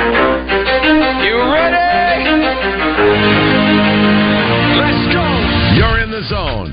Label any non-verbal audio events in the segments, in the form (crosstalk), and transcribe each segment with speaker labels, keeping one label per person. Speaker 1: You ready? Let's go.
Speaker 2: You're in the zone.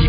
Speaker 1: He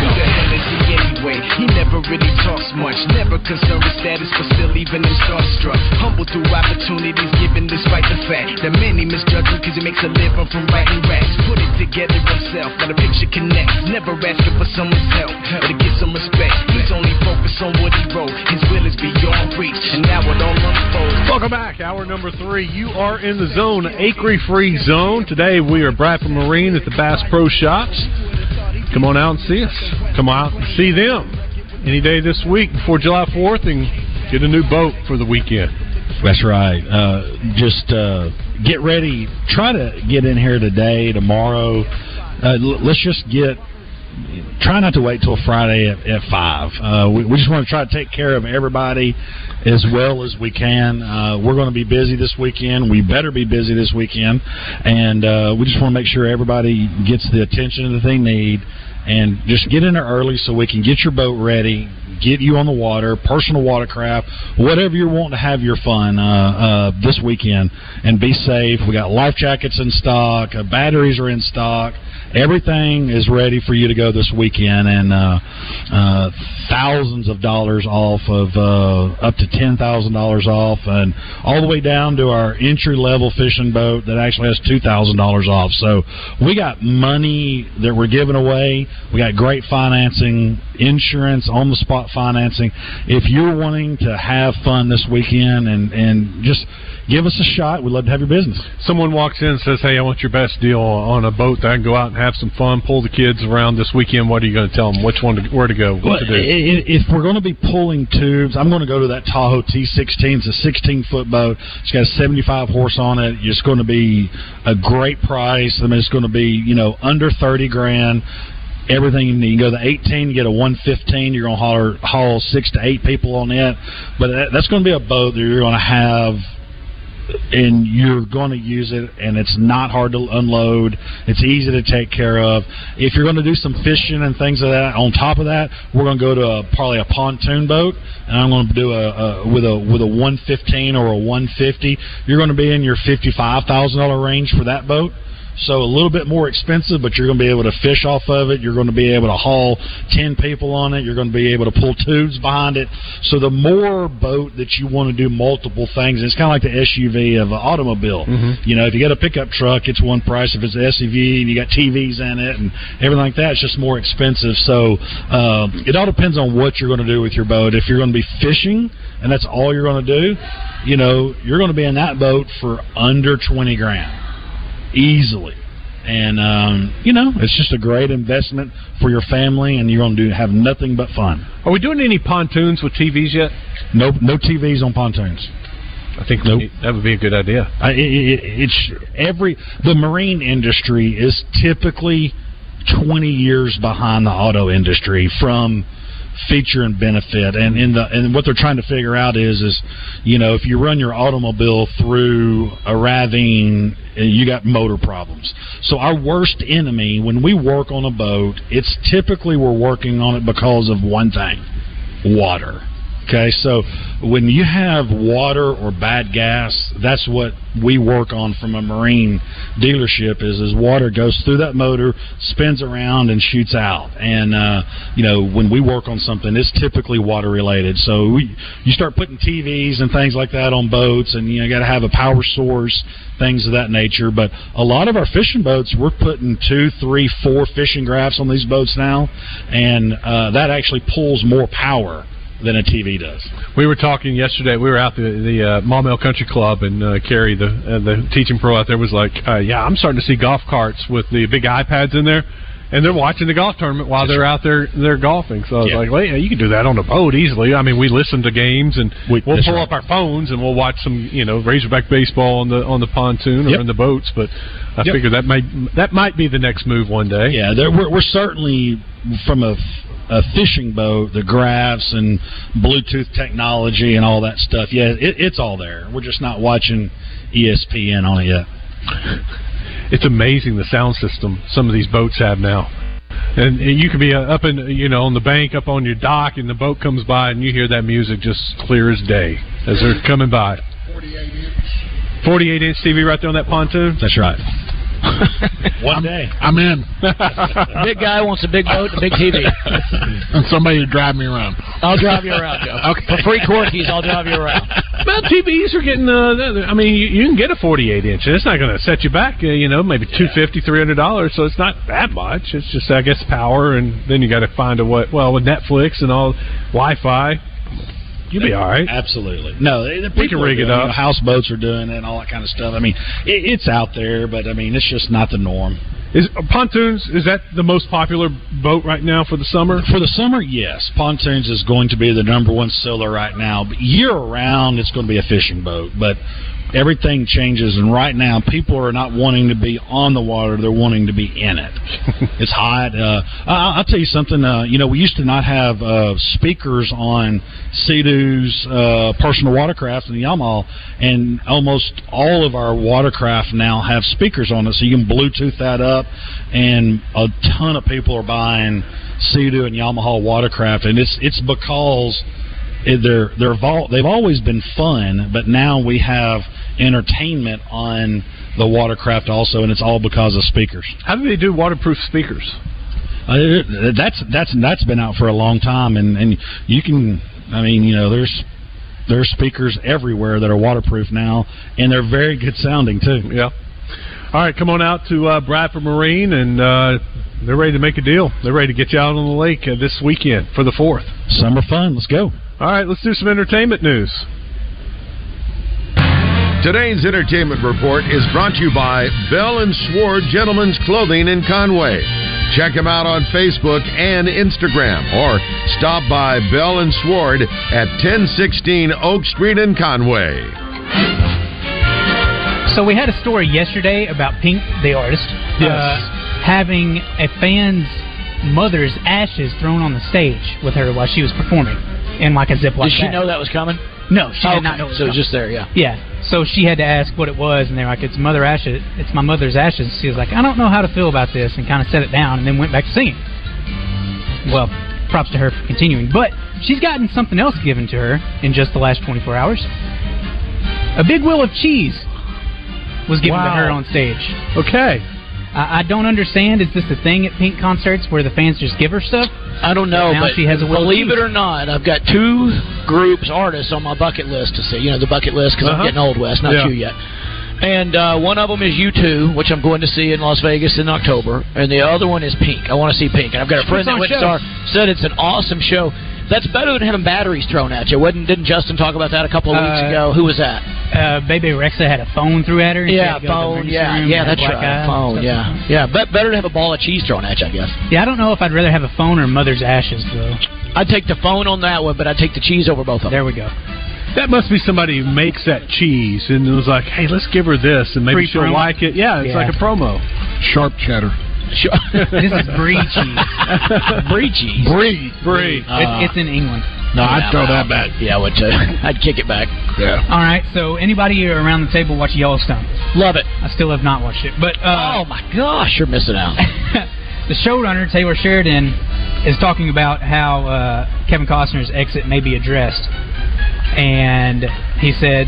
Speaker 1: go. Who the hell is he anyway? He never really talks much, never concerned with status, but still even him starstruck. Humble through opportunities given despite the fact that many misjudge him because he makes a living from writing raps. Put it together himself, got a picture connects. Never asking for someone's help or to get some respect. He's only focused on what he wrote. His will is beyond reach, and now it all unfolds.
Speaker 3: Welcome back. Hour number three. You are in the zone, acre free zone. Today we are Bradford Marine at the Bass Pro Shops. Come on out and see us. Come out and see them any day this week before July 4th and get a new boat for the weekend.
Speaker 4: That's right. Uh, just uh, get ready. Try to get in here today, tomorrow. Uh, l- let's just get. Try not to wait till Friday at, at five. Uh, we, we just want to try to take care of everybody as well as we can. Uh, we're going to be busy this weekend. We better be busy this weekend, and uh, we just want to make sure everybody gets the attention that they need. And just get in there early so we can get your boat ready, get you on the water, personal watercraft, whatever you want to have your fun uh, uh, this weekend, and be safe. We got life jackets in stock, uh, batteries are in stock, everything is ready for you to go this weekend, and uh, uh, thousands of dollars off of uh, up to ten thousand dollars off, and all the way down to our entry level fishing boat that actually has two thousand dollars off. So we got money that we're giving away. We got great financing, insurance, on the spot financing. If you're wanting to have fun this weekend and and just give us a shot, we'd love to have your business.
Speaker 3: Someone walks in and says, Hey, I want your best deal on a boat that I can go out and have some fun, pull the kids around this weekend. What are you going to tell them? Which one, to, where to go, what to
Speaker 4: Well, i-
Speaker 3: do?
Speaker 4: i- If we're going to be pulling tubes, I'm going to go to that Tahoe T16. It's a 16 foot boat. It's got a 75 horse on it. It's going to be a great price. I mean, it's going to be you know under 30 grand. Everything you need. You can go to 18, you get a 115. You're going to holler, haul six to eight people on it, but that, that's going to be a boat that you're going to have and you're going to use it and it's not hard to unload it's easy to take care of if you're going to do some fishing and things of that on top of that we're going to go to a, probably a pontoon boat and i'm going to do a, a with a with a 115 or a 150 you're going to be in your $55000 range for that boat so a little bit more expensive, but you're going to be able to fish off of it. You're going to be able to haul ten people on it. You're going to be able to pull tubes behind it. So the more boat that you want to do multiple things, it's kind of like the SUV of an automobile.
Speaker 5: Mm-hmm.
Speaker 4: You know, if you got a pickup truck, it's one price. If it's an SUV and you got TVs in it and everything like that, it's just more expensive. So uh, it all depends on what you're going to do with your boat. If you're going to be fishing and that's all you're going to do, you know, you're going to be in that boat for under twenty grand easily. And um, you know, it's just a great investment for your family, and you're going to do have nothing but fun.
Speaker 3: Are we doing any pontoons with TVs yet?
Speaker 4: No, no TVs on pontoons.
Speaker 3: I think
Speaker 4: Nope.
Speaker 3: that would be a good idea.
Speaker 4: I, i i it's every the marine industry is typically 20 years behind the auto industry from feature and benefit and in the and what they're trying to figure out is is you know if you run your automobile through a ravine uh, you got motor problems so our worst enemy when we work on a boat it's typically we're working on it because of one thing water Okay, so when you have water or bad gas, that's what we work on from a marine dealership. Is is water goes through that motor, spins around, and shoots out. And uh, you know when we work on something, it's typically water related. So we, you start putting TVs and things like that on boats, and you know, got to have a power source, things of that nature. But a lot of our fishing boats, we're putting two, three, four fishing graphs on these boats now, and uh, that actually pulls more power than a TV does.
Speaker 3: We were talking yesterday. We were out the the uh, Maumelle Country Club, and uh, Carrie, the uh, the teaching pro out there, was like, uh, "Yeah, I'm starting to see golf carts with the big iPads in there." And they're watching the golf tournament while they're out there they're golfing. So I was
Speaker 4: Yeah.
Speaker 3: like, "Wait, you can do that on a boat easily." I mean, we listen to games and we, will
Speaker 4: that's
Speaker 3: pull
Speaker 4: right.
Speaker 3: up our phones and we'll watch some, you know, Razorback baseball on the on the pontoon or
Speaker 4: Yep.
Speaker 3: in the boats. But I
Speaker 4: Yep.
Speaker 3: figure that might that might be the next move one day.
Speaker 4: Yeah, there, we're, we're certainly from a, a fishing boat, the graphs and Bluetooth technology and all that stuff. Yeah, it, it's all there. We're just not watching E ESPN on it yet.
Speaker 3: it's amazing the sound system some of these boats have now. And, and you could be uh, up in you know on the bank, up on your dock, and the boat comes by, and you hear that music just clear as day as they're coming by. Forty-eight inch TV right there on that pontoon.
Speaker 4: That's right.
Speaker 6: (laughs)
Speaker 4: One day.
Speaker 7: I'm in.
Speaker 8: (laughs) big guy wants a big boat, and a big
Speaker 6: (laughs)
Speaker 8: TV.
Speaker 7: And somebody to drive me around.
Speaker 8: I'll drive you around, Joe.
Speaker 7: (laughs) Okay.
Speaker 8: For free corkies, I'll drive you around.
Speaker 3: (laughs) Well, TVs are getting. Uh, they're- they're- I mean, you, you can get a forty-eight inch, and it's not going to set you back. Uh, you know, maybe two fifty, three hundred dollars. So it's not that much. It's just, I guess, power, and then you got to find a what. Well, with Netflix and all, Wi-Fi, you'll be all right.
Speaker 4: Absolutely. No, the
Speaker 3: We can
Speaker 4: people are
Speaker 3: rig it
Speaker 4: doing You
Speaker 3: up.
Speaker 4: know, houseboats are doing it and all that kind of stuff. I mean, it, it's out there, but I mean, it's just not the norm.
Speaker 3: Is uh, pontoons? Is that the most popular boat right now for the summer?
Speaker 4: For the summer, yes, pontoons is going to be the number one seller right now. But year round, it's going to be a fishing boat. But everything changes, and right now, people are not wanting to be on the water; they're wanting to be in it. it's hot. Uh, I, I'll tell you something. Uh, you know, we used to not have uh, speakers on Sea-Doo's uh, personal watercraft in the Yamal, and almost all of our watercraft now have speakers on it, so you can Bluetooth that up. And a ton of people are buying Sea-Doo and Yamaha watercraft, and it's it's because it- they're they're vol- they've always been fun, but now we have entertainment on the watercraft also, and it's all because of speakers.
Speaker 3: How do they do waterproof speakers?
Speaker 4: Uh, that's that's that's been out for a long time, and and you can, I mean, you know, there's there's speakers everywhere that are waterproof now, and they're very good sounding too.
Speaker 3: Yeah. All right, come on out to uh, Bradford Marine, and uh, they're ready to make a deal. They're ready to get you out on the lake uh, this weekend for the fourth.
Speaker 4: Summer fun, let's go.
Speaker 3: All right, let's do some entertainment news.
Speaker 2: Today's entertainment report is brought to you by Bell and Sword Gentlemen's Clothing in Conway. Check them out on Facebook and Instagram or stop by Bell and Sword at 1016 Oak Street in Conway.
Speaker 6: So we had a story yesterday about Pink, the artist, uh, having a fan's mother's ashes thrown on the stage with her while she was performing in like a Ziploc
Speaker 8: Did she
Speaker 6: bag.
Speaker 8: know that was coming?
Speaker 6: No, she
Speaker 8: Oh,
Speaker 6: did not
Speaker 8: okay.
Speaker 6: know. It was
Speaker 8: so
Speaker 6: coming.
Speaker 8: just there, yeah.
Speaker 6: yeah. So she had to ask what it was, and they're like, "It's mother ashes. It's my mother's ashes." She was like, "I don't know how to feel about this," and kind of set it down, and then went back to singing. Well, props to her for continuing, but she's gotten something else given to her in just the last 24 hours. A big wheel of cheese was given
Speaker 3: Wow.
Speaker 6: to her on stage.
Speaker 3: Okay.
Speaker 6: I, I don't understand. Is this a thing at Pink concerts where the fans just give her stuff?
Speaker 8: I don't know,
Speaker 6: Now
Speaker 8: but
Speaker 6: she has a will to
Speaker 8: believe
Speaker 6: please.
Speaker 8: it or not, I've got two groups artists on my bucket list to see. You know, the bucket list because
Speaker 3: Uh-huh.
Speaker 8: I'm getting old, Wes, not
Speaker 3: Yeah.
Speaker 8: you yet. And uh, one of them is U2, which I'm going to see in Las Vegas in October, and the other one is Pink. I want to see Pink, and I've got a
Speaker 6: She
Speaker 8: friend
Speaker 6: puts on
Speaker 8: that went and saw
Speaker 6: shows.
Speaker 8: her, said it's an awesome show. That's better than having batteries thrown at you. Wasn't didn't Justin talk about that a couple of weeks
Speaker 6: Uh,
Speaker 8: ago? Who was that?
Speaker 6: Uh, Baby Rexa had a phone through at her. and she had
Speaker 8: Yeah,
Speaker 6: to go to the
Speaker 8: phone.
Speaker 6: emergency
Speaker 8: Yeah,
Speaker 6: room
Speaker 8: yeah,
Speaker 6: and
Speaker 8: that's
Speaker 6: had a black eye
Speaker 8: right.
Speaker 6: and
Speaker 8: Phone.
Speaker 6: stuff.
Speaker 8: Yeah, yeah. But better to have a ball of cheese thrown at you, I guess.
Speaker 6: Yeah, I don't know if I'd rather have a phone or mother's ashes though.
Speaker 8: I'd take the phone on that one, but I'd take the cheese over both of them.
Speaker 6: There we go.
Speaker 3: That must be somebody who makes that cheese and was like, hey, let's give her this and maybe
Speaker 6: Free
Speaker 3: she'll
Speaker 6: promo?
Speaker 3: like it. Yeah, it's
Speaker 6: Yeah.
Speaker 3: like a promo.
Speaker 7: Sharp cheddar.
Speaker 8: Sure.
Speaker 3: (laughs)
Speaker 6: This is
Speaker 8: (laughs)
Speaker 6: brie cheese.
Speaker 8: Brie cheese.
Speaker 7: Brie.
Speaker 3: Free.
Speaker 6: It's, it's in England.
Speaker 7: No, I'd
Speaker 8: Yeah,
Speaker 7: throw
Speaker 8: well,
Speaker 7: that back.
Speaker 8: Yeah, I would too. (laughs) I'd kick it back.
Speaker 7: Yeah.
Speaker 6: All right, so anybody around the table watch Yellowstone?
Speaker 8: Love it.
Speaker 6: I still have not watched it, but uh,
Speaker 8: oh my gosh, you're missing out.
Speaker 6: the showrunner Taylor Sheridan is talking about how uh, Kevin Costner's exit may be addressed, and he said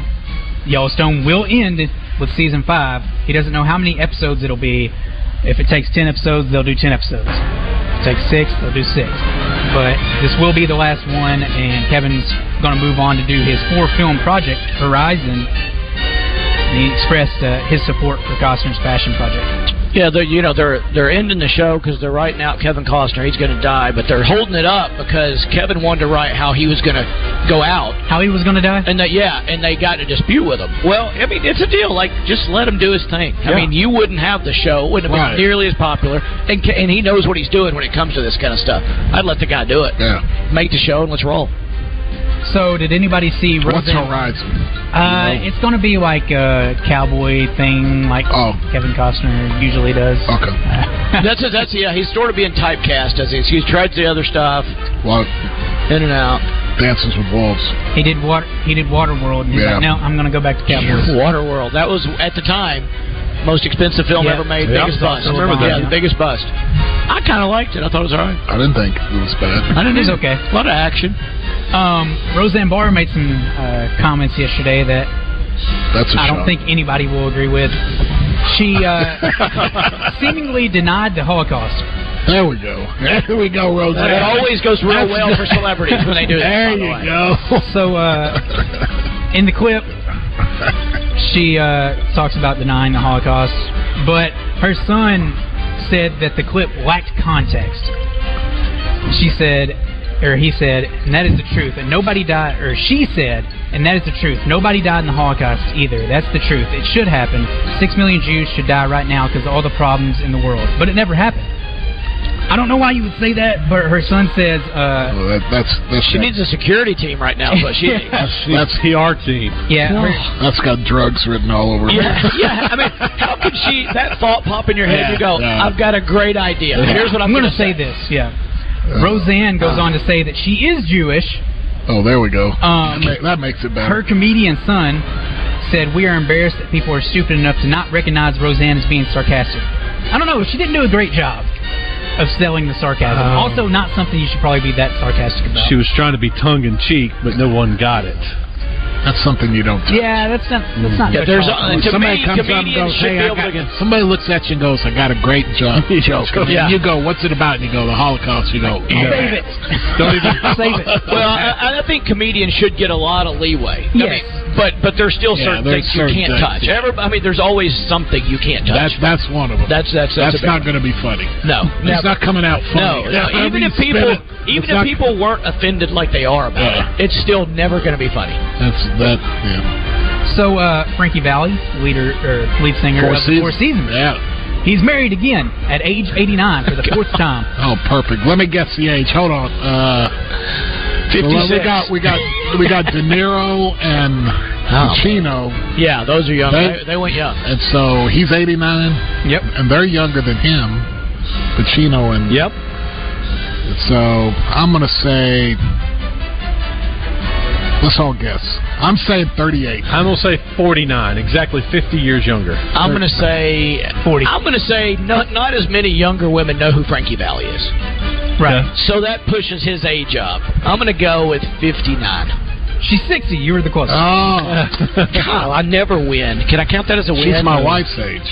Speaker 6: Yellowstone will end with season five. He doesn't know how many episodes it'll be. If it takes ten episodes, they'll do ten episodes. If it takes six, they'll do six. But this will be the last one, and Kevin's going to move on to do his four-film project, Horizon. And he expressed uh, his support for Costner's fashion project.
Speaker 8: Yeah, they're you know they're they're ending the show because they're writing out Kevin Costner. He's going to die, but they're holding it up because Kevin wanted to write how he was going to go out,
Speaker 6: how he was going to die,
Speaker 8: and that yeah, and they got in a dispute with him. Well, I mean it's a deal. Like just let him do his thing. I
Speaker 6: Yeah.
Speaker 8: mean you wouldn't have the show, it wouldn't have
Speaker 6: Right.
Speaker 8: been nearly as popular, and ca- and he knows what he's doing when it comes to this kind of stuff. I'd let the guy do it. Yeah, make the show and let's roll.
Speaker 6: So, did anybody see
Speaker 8: What's
Speaker 6: Roseanne?
Speaker 7: Horizon?
Speaker 6: Uh, it's going to be like a cowboy thing, like Kevin Costner usually does.
Speaker 7: Oh. Okay.
Speaker 8: (laughs) that's it. That's yeah. He's sort of being typecast as he's he's tried the other stuff.
Speaker 7: Well,
Speaker 8: in and out.
Speaker 7: Dances with Wolves.
Speaker 6: He did water. He did Waterworld, and he's
Speaker 7: Yeah.
Speaker 6: like, "No, I'm going to go back to cowboys."
Speaker 8: Waterworld. That was at the time most expensive film
Speaker 6: Yeah.
Speaker 8: ever made.
Speaker 6: Yeah,
Speaker 8: Biggest
Speaker 6: I
Speaker 8: bust.
Speaker 6: remember that.
Speaker 8: Yeah, the biggest bust. I kind of liked it. I thought it was alright.
Speaker 7: I didn't think it was
Speaker 8: (laughs)
Speaker 7: bad.
Speaker 8: I didn't.
Speaker 6: It was okay.
Speaker 8: A lot of action.
Speaker 6: Um, Roseanne Barr made some uh, comments yesterday that
Speaker 7: That's a
Speaker 6: I don't
Speaker 7: shock.
Speaker 6: think anybody will agree with. She
Speaker 7: (laughs)
Speaker 6: uh, seemingly denied the Holocaust.
Speaker 7: There we go. There we go, Rose.
Speaker 6: It always goes real well for celebrities when they do that,
Speaker 7: There
Speaker 6: by the
Speaker 7: you
Speaker 6: way.
Speaker 7: go.
Speaker 6: So uh, in the clip, she uh, talks about denying the Holocaust, but her son said that the clip lacked context. She said, or he said, and that is the truth. And nobody died, or she said, and that is the truth. Nobody died in the Holocaust either. That's the truth. It should happen. Six million Jews should die right now because all the problems in the world. But it never happened. I don't know why you would say that, but her son says. Uh,
Speaker 7: that's,
Speaker 8: she needs a security team right now, Oh, but
Speaker 7: (laughs)
Speaker 8: she.
Speaker 7: That's
Speaker 3: PR team.
Speaker 6: Yeah.
Speaker 7: that's got drugs written all over
Speaker 8: (laughs)
Speaker 7: it.
Speaker 8: Yeah, yeah. I mean, how could she? That thought pop in your head.
Speaker 6: Yeah,
Speaker 8: you go,
Speaker 6: yeah.
Speaker 8: I've got a great idea. Here's what I'm,
Speaker 6: going
Speaker 8: gonna
Speaker 6: to say this. Yeah. Roseanne
Speaker 7: Uh,
Speaker 6: goes on to say that she is Jewish.
Speaker 7: Oh, there we go.
Speaker 6: Um,
Speaker 7: that, ma- that makes it better.
Speaker 6: Her comedian son said, "We are embarrassed that people are stupid enough to not recognize Roseanne as being sarcastic." I don't know. She didn't do a great job of selling the sarcasm.
Speaker 3: Um,
Speaker 6: also, not something you should probably be that sarcastic about.
Speaker 3: She was trying to be tongue in cheek, but no one got it.
Speaker 7: That's something you don't.
Speaker 6: Yeah, that's not.
Speaker 7: Mm.
Speaker 6: That's not. Uh,
Speaker 3: Yeah,
Speaker 6: their
Speaker 3: there's
Speaker 8: Uh,
Speaker 6: fault.
Speaker 3: a- to
Speaker 7: uh, somebody
Speaker 3: me,
Speaker 7: comes up and
Speaker 3: comedians
Speaker 7: goes,
Speaker 3: should be
Speaker 7: hey, I
Speaker 3: able to
Speaker 7: got-
Speaker 3: get-
Speaker 7: (laughs) somebody looks at you and goes, I got a great
Speaker 8: (laughs)
Speaker 7: job. joke. And
Speaker 8: Yeah.
Speaker 7: you go, what's it about? And you go, the Holocaust. You go,
Speaker 8: Yeah.
Speaker 7: "Oh,
Speaker 8: Save
Speaker 7: man."
Speaker 8: it. (laughs)
Speaker 7: (laughs)
Speaker 8: Well, I, I think comedians should get a lot of leeway. I
Speaker 7: Yes.
Speaker 8: mean, but but there's still
Speaker 7: Yeah,
Speaker 8: certain
Speaker 7: there's
Speaker 8: things you
Speaker 7: certain
Speaker 8: can't
Speaker 7: things,
Speaker 8: touch.
Speaker 7: yeah.
Speaker 8: Every, I mean, there's always something you can't touch.
Speaker 7: That's that's one of them.
Speaker 8: That's that's that's, a
Speaker 7: That's
Speaker 8: big
Speaker 7: not
Speaker 8: one.
Speaker 7: going to be funny.
Speaker 8: No,
Speaker 7: it's
Speaker 8: never.
Speaker 7: not coming out (laughs)
Speaker 8: No,
Speaker 7: funny.
Speaker 8: no.
Speaker 7: However
Speaker 8: even
Speaker 7: you
Speaker 8: if
Speaker 7: spin
Speaker 8: people,
Speaker 7: it,
Speaker 8: even
Speaker 7: it's
Speaker 8: if
Speaker 7: not-
Speaker 8: people weren't offended like they are about it, it's still never going to be funny.
Speaker 7: That's that. Yeah.
Speaker 6: So uh, Frankie Valley, leader or lead singer
Speaker 7: Four
Speaker 6: of the Four Seasons,
Speaker 7: yeah,
Speaker 6: he's married again at age 89
Speaker 7: (laughs)
Speaker 6: for the fourth time.
Speaker 7: Oh, perfect. Let me guess the age. Hold on. Uh, well, we
Speaker 8: 56.
Speaker 7: got we got we got De Niro and Pacino.
Speaker 8: Oh. Yeah, those are young. (laughs)
Speaker 7: They-
Speaker 8: They, they went young.
Speaker 7: And so he's 89.
Speaker 6: Yep.
Speaker 7: And they're younger than him, Pacino and.
Speaker 8: Yep.
Speaker 7: So I'm gonna say. Let's all guess. I'm saying 38.
Speaker 3: I'm gonna say 49, exactly 50 years younger.
Speaker 8: I'm going to say 40. I'm going to say not not as many younger women know who Frankie Valley is.
Speaker 6: Right.
Speaker 8: So that pushes his age up. I'm going to go with 59.
Speaker 6: She's 60. You were the closest. (laughs)
Speaker 7: Oh.
Speaker 8: God, I never win. Can I count that as a win?
Speaker 7: She's my wife's age.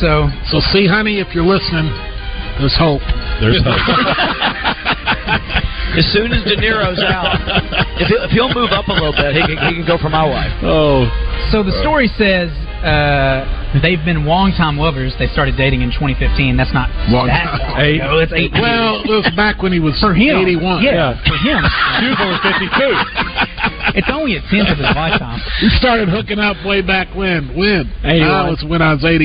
Speaker 6: So,
Speaker 7: so see, honey, if you're listening, there's hope.
Speaker 3: There's
Speaker 7: (laughs)
Speaker 8: As soon as De (laughs) Niro's out, if he'll, if he'll move up a little bit, he can, he can go for my wife.
Speaker 3: Oh.
Speaker 6: So the story says uh, they've been longtime lovers. They started dating in 2015. That's not
Speaker 7: Long
Speaker 6: that
Speaker 7: time. (laughs)
Speaker 6: long ago. That's eight
Speaker 7: Well, it
Speaker 6: years.
Speaker 7: was back when he was
Speaker 6: For him,
Speaker 7: 81.
Speaker 6: yeah, for him.
Speaker 7: She was only 52.
Speaker 6: it's only a tenth of his
Speaker 7: (laughs)
Speaker 6: lifetime.
Speaker 7: We started hooking up way back when? When?
Speaker 6: 81.
Speaker 7: I was when I was 81.
Speaker 6: (laughs)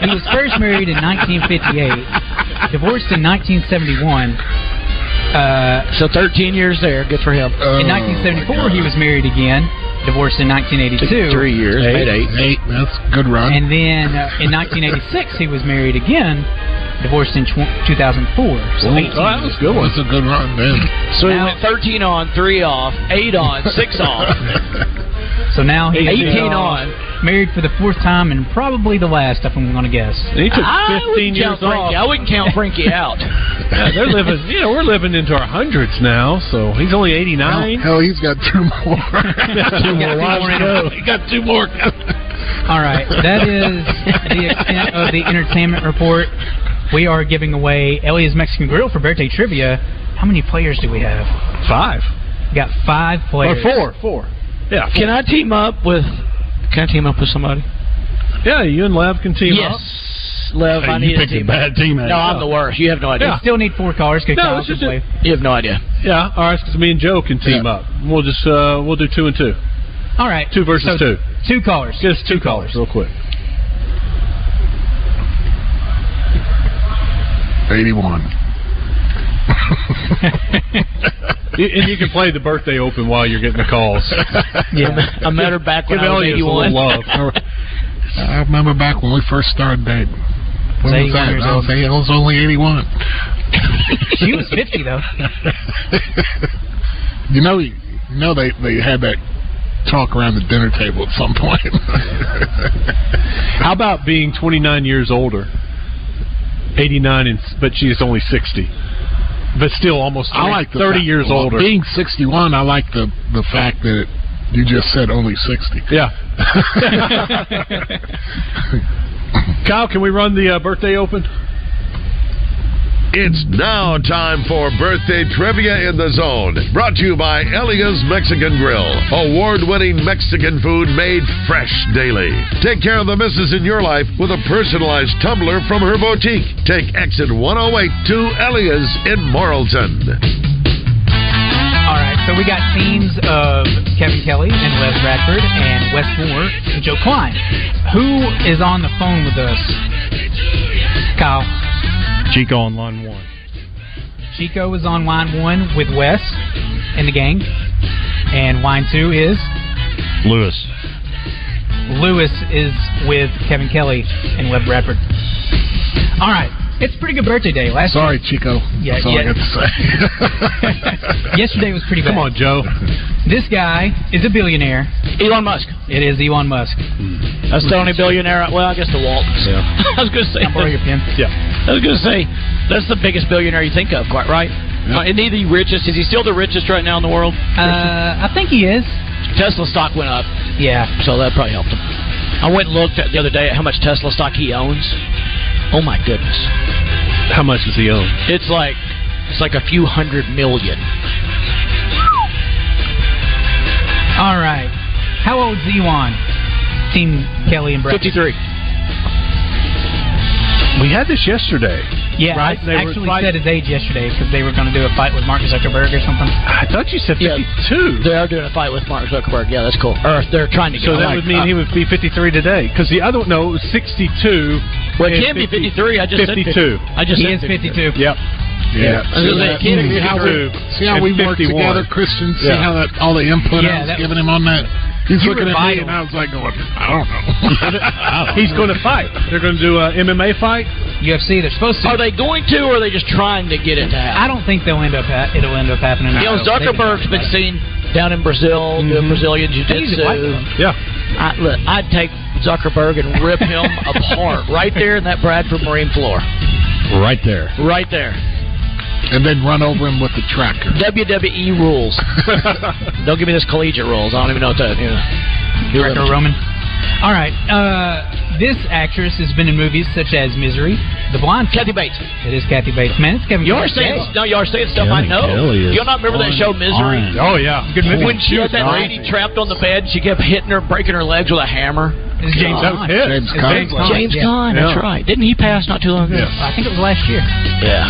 Speaker 6: He was first married in 1958, divorced in 1971. Uh,
Speaker 8: so 13 years there. Good for him.
Speaker 6: in 1974, he was married again, divorced in 1982.
Speaker 8: Three years. Eight. Eight.
Speaker 7: That's a good run.
Speaker 6: And then uh, in 1986, he was married again, divorced in tw- 2004. So
Speaker 7: Well,
Speaker 6: 18
Speaker 7: that was good. That's a good run then.
Speaker 8: (laughs) So he went 13 on, 3 off, 8 on, 6 off.
Speaker 6: So now he's
Speaker 8: 18 on.
Speaker 6: married for the fourth time and probably the last. If I'm going to guess,
Speaker 3: And he took
Speaker 8: I wouldn't
Speaker 3: 15 years
Speaker 8: count Frankie. I
Speaker 3: off.
Speaker 8: wouldn't count Frankie
Speaker 3: (laughs)
Speaker 8: out.
Speaker 3: Yeah, they're living. Yeah, we're living into our hundreds now. So he's only 89.
Speaker 7: Hell, he's got two
Speaker 3: (laughs)
Speaker 7: more.
Speaker 3: Two
Speaker 6: more lives to go.
Speaker 7: He got two more.
Speaker 6: All right, that is the extent of the entertainment report. We are giving away Elliot's Mexican Grill for birthday trivia. How many players do we have?
Speaker 3: Five
Speaker 6: We got five
Speaker 3: or
Speaker 6: players.
Speaker 3: four, four. Yeah, four.
Speaker 8: Can I team up with? Can I team up with somebody?
Speaker 3: yeah. You and Lab can team up.
Speaker 8: yes, Lev. I
Speaker 4: Hey,
Speaker 8: need
Speaker 4: you
Speaker 8: a
Speaker 4: picked a
Speaker 8: team.
Speaker 4: bad teammate.
Speaker 8: No, I'm the worst. You have no
Speaker 6: We
Speaker 8: idea.
Speaker 6: still need four callers. 'cause
Speaker 3: No,
Speaker 6: Kyle
Speaker 3: it's
Speaker 6: can
Speaker 3: just a-
Speaker 6: play.
Speaker 8: You have no idea.
Speaker 3: Yeah, all right. Because me and Joe can team
Speaker 7: Yeah.
Speaker 3: up. We'll just uh, we'll do two and two,
Speaker 6: All right,
Speaker 3: two versus
Speaker 6: so
Speaker 3: two.
Speaker 6: Two callers.
Speaker 3: Get us two callers real quick.
Speaker 7: 81. (laughs)
Speaker 3: You- and you can play the birthday open while you're getting the calls.
Speaker 6: Yeah.
Speaker 8: I met her back when
Speaker 3: Give
Speaker 8: I was
Speaker 3: Elliot a little
Speaker 8: 81.
Speaker 3: love.
Speaker 7: I remember back when we first started dating. When
Speaker 6: Say
Speaker 7: was that?
Speaker 6: years
Speaker 7: I was,
Speaker 6: old.
Speaker 7: I was only 81.
Speaker 6: she was 50 though.
Speaker 7: (laughs) you know, you know they, they had that talk around the dinner table at some (laughs) point.
Speaker 3: How about being 29 years older? 89, and but she is only 60, but still almost 30,
Speaker 7: I like the
Speaker 3: 30
Speaker 7: fact-
Speaker 3: years
Speaker 7: well,
Speaker 3: older.
Speaker 7: Being 61, I like the, the fact that you just said only 60. (laughs)
Speaker 3: Yeah. Kyle, can we run the uh, birthday open?
Speaker 2: It's now time for birthday trivia in the zone. Brought to you by Elia's Mexican Grill, award-winning Mexican food made fresh daily. Take care of the misses in your life with a personalized tumbler from her boutique. Take exit 108 to Elia's in Morrilton.
Speaker 6: All right, so we got teams of Kevin Kelly and Les Bradford and Wes Moore and Joe Klein. Who is on the phone with us? Kyle.
Speaker 9: Chico on line one.
Speaker 6: Chico is on line one with Wes and the gang. And line two is
Speaker 9: Lewis.
Speaker 6: Lewis is with Kevin Kelly and Webb Bradford. All right, it's a pretty good birthday day. Last
Speaker 7: Sorry, Chico.
Speaker 6: Yeah,
Speaker 7: That's all
Speaker 6: yeah.
Speaker 7: I got to
Speaker 6: (laughs)
Speaker 7: say.
Speaker 6: yesterday was pretty bad.
Speaker 3: Come on, Joe.
Speaker 6: This guy is a billionaire.
Speaker 8: Elon Musk.
Speaker 6: It is Elon Musk.
Speaker 8: That's the only billionaire. I- Well, I guess the Walt. (laughs) I was gonna say.
Speaker 6: Can I borrow your pen?
Speaker 8: I was gonna say that's the biggest billionaire you think of, quite right? Uh, isn't he the richest? Is he still the richest right now in the world?
Speaker 6: Uh, I think he is.
Speaker 8: Tesla stock went up,
Speaker 6: Yeah.
Speaker 8: so that probably helped him. I went and looked at the other day at how much Tesla stock he owns. Oh my goodness,
Speaker 3: How much does he own?
Speaker 8: it's like it's like a few hundred million.
Speaker 6: All right. How old's Elon? Team Kelly and Brett.
Speaker 8: Fifty-three.
Speaker 3: We had this yesterday.
Speaker 6: Yeah,
Speaker 3: Right,
Speaker 6: I
Speaker 3: they were
Speaker 6: actually
Speaker 3: fight-
Speaker 6: said his age yesterday because they were going to do a fight with Mark Zuckerberg or something.
Speaker 3: I thought you said 52.
Speaker 8: Yeah. They are doing a fight with Mark Zuckerberg. Yeah, that's cool. Or they're trying to. Get I
Speaker 3: So that
Speaker 8: like-
Speaker 3: would mean he would be 53 today. Because the other one, no, it was 62.
Speaker 8: Well, it
Speaker 3: and
Speaker 8: can be
Speaker 3: 50.
Speaker 8: fifty-three. I just
Speaker 3: 52.
Speaker 8: said 52. I just
Speaker 6: He
Speaker 8: said
Speaker 6: is 52.
Speaker 3: Yep.
Speaker 7: yeah.
Speaker 8: I was gonna say, it can't be
Speaker 7: See how we,
Speaker 3: 52.
Speaker 7: see how we
Speaker 3: And
Speaker 7: work
Speaker 3: 51.
Speaker 7: together, Christian? See
Speaker 3: Yeah.
Speaker 7: how that
Speaker 3: (laughs)
Speaker 7: all the input
Speaker 6: Yeah,
Speaker 7: I was
Speaker 6: that-
Speaker 7: giving him on that? He's
Speaker 6: You
Speaker 7: looking
Speaker 6: were
Speaker 7: at me,
Speaker 6: vital.
Speaker 7: and I was like, going, I don't know. I don't
Speaker 3: He's
Speaker 7: know.
Speaker 3: going to fight. They're going to do a MMA fight.
Speaker 6: UFC, they're supposed to.
Speaker 8: Are they going to, or are they just trying to get it to happen?
Speaker 6: I don't think they'll end up. Ha- it'll end up happening.
Speaker 8: You know, Zuckerberg's been seen down in Brazil doing
Speaker 6: Mm-hmm.
Speaker 8: Brazilian
Speaker 6: He's
Speaker 8: jiu-jitsu.
Speaker 6: a white man.
Speaker 3: Yeah.
Speaker 8: I, look, I'd take Zuckerberg and rip
Speaker 6: (laughs)
Speaker 8: him apart right there in that Bradford Marine floor.
Speaker 7: right there,
Speaker 8: Right there.
Speaker 7: and then run over him with the tractor.
Speaker 8: WWE E
Speaker 7: (laughs)
Speaker 8: rules. don't give me this collegiate rules. I don't even know what that. You know.
Speaker 6: Greco Roman. All right. Uh, this actress has been in movies such as Misery, The Blind Side.
Speaker 8: Kathy Bates.
Speaker 6: It is Kathy Bates. Man, it's Kevin.
Speaker 8: You are
Speaker 6: Kelly's
Speaker 8: saying
Speaker 6: day.
Speaker 8: no. You are saying stuff I
Speaker 4: Kelly
Speaker 8: know.
Speaker 4: Kelly is
Speaker 8: You all not remember that
Speaker 4: on
Speaker 8: show Misery?
Speaker 4: iron.
Speaker 3: Oh, yeah.
Speaker 6: good movie.
Speaker 8: When she had that lady trapped on the bed, she kept hitting her, breaking her legs with a hammer.
Speaker 6: It's James
Speaker 3: That was
Speaker 6: Caan.
Speaker 3: hit.
Speaker 7: James
Speaker 6: It's
Speaker 7: Caan.
Speaker 6: James Caan.
Speaker 8: James
Speaker 6: yeah.
Speaker 8: Gunn, that's
Speaker 3: Yeah.
Speaker 8: right. Didn't he pass not too long ago?
Speaker 7: Yes,
Speaker 6: I think it was last year.
Speaker 8: Yeah.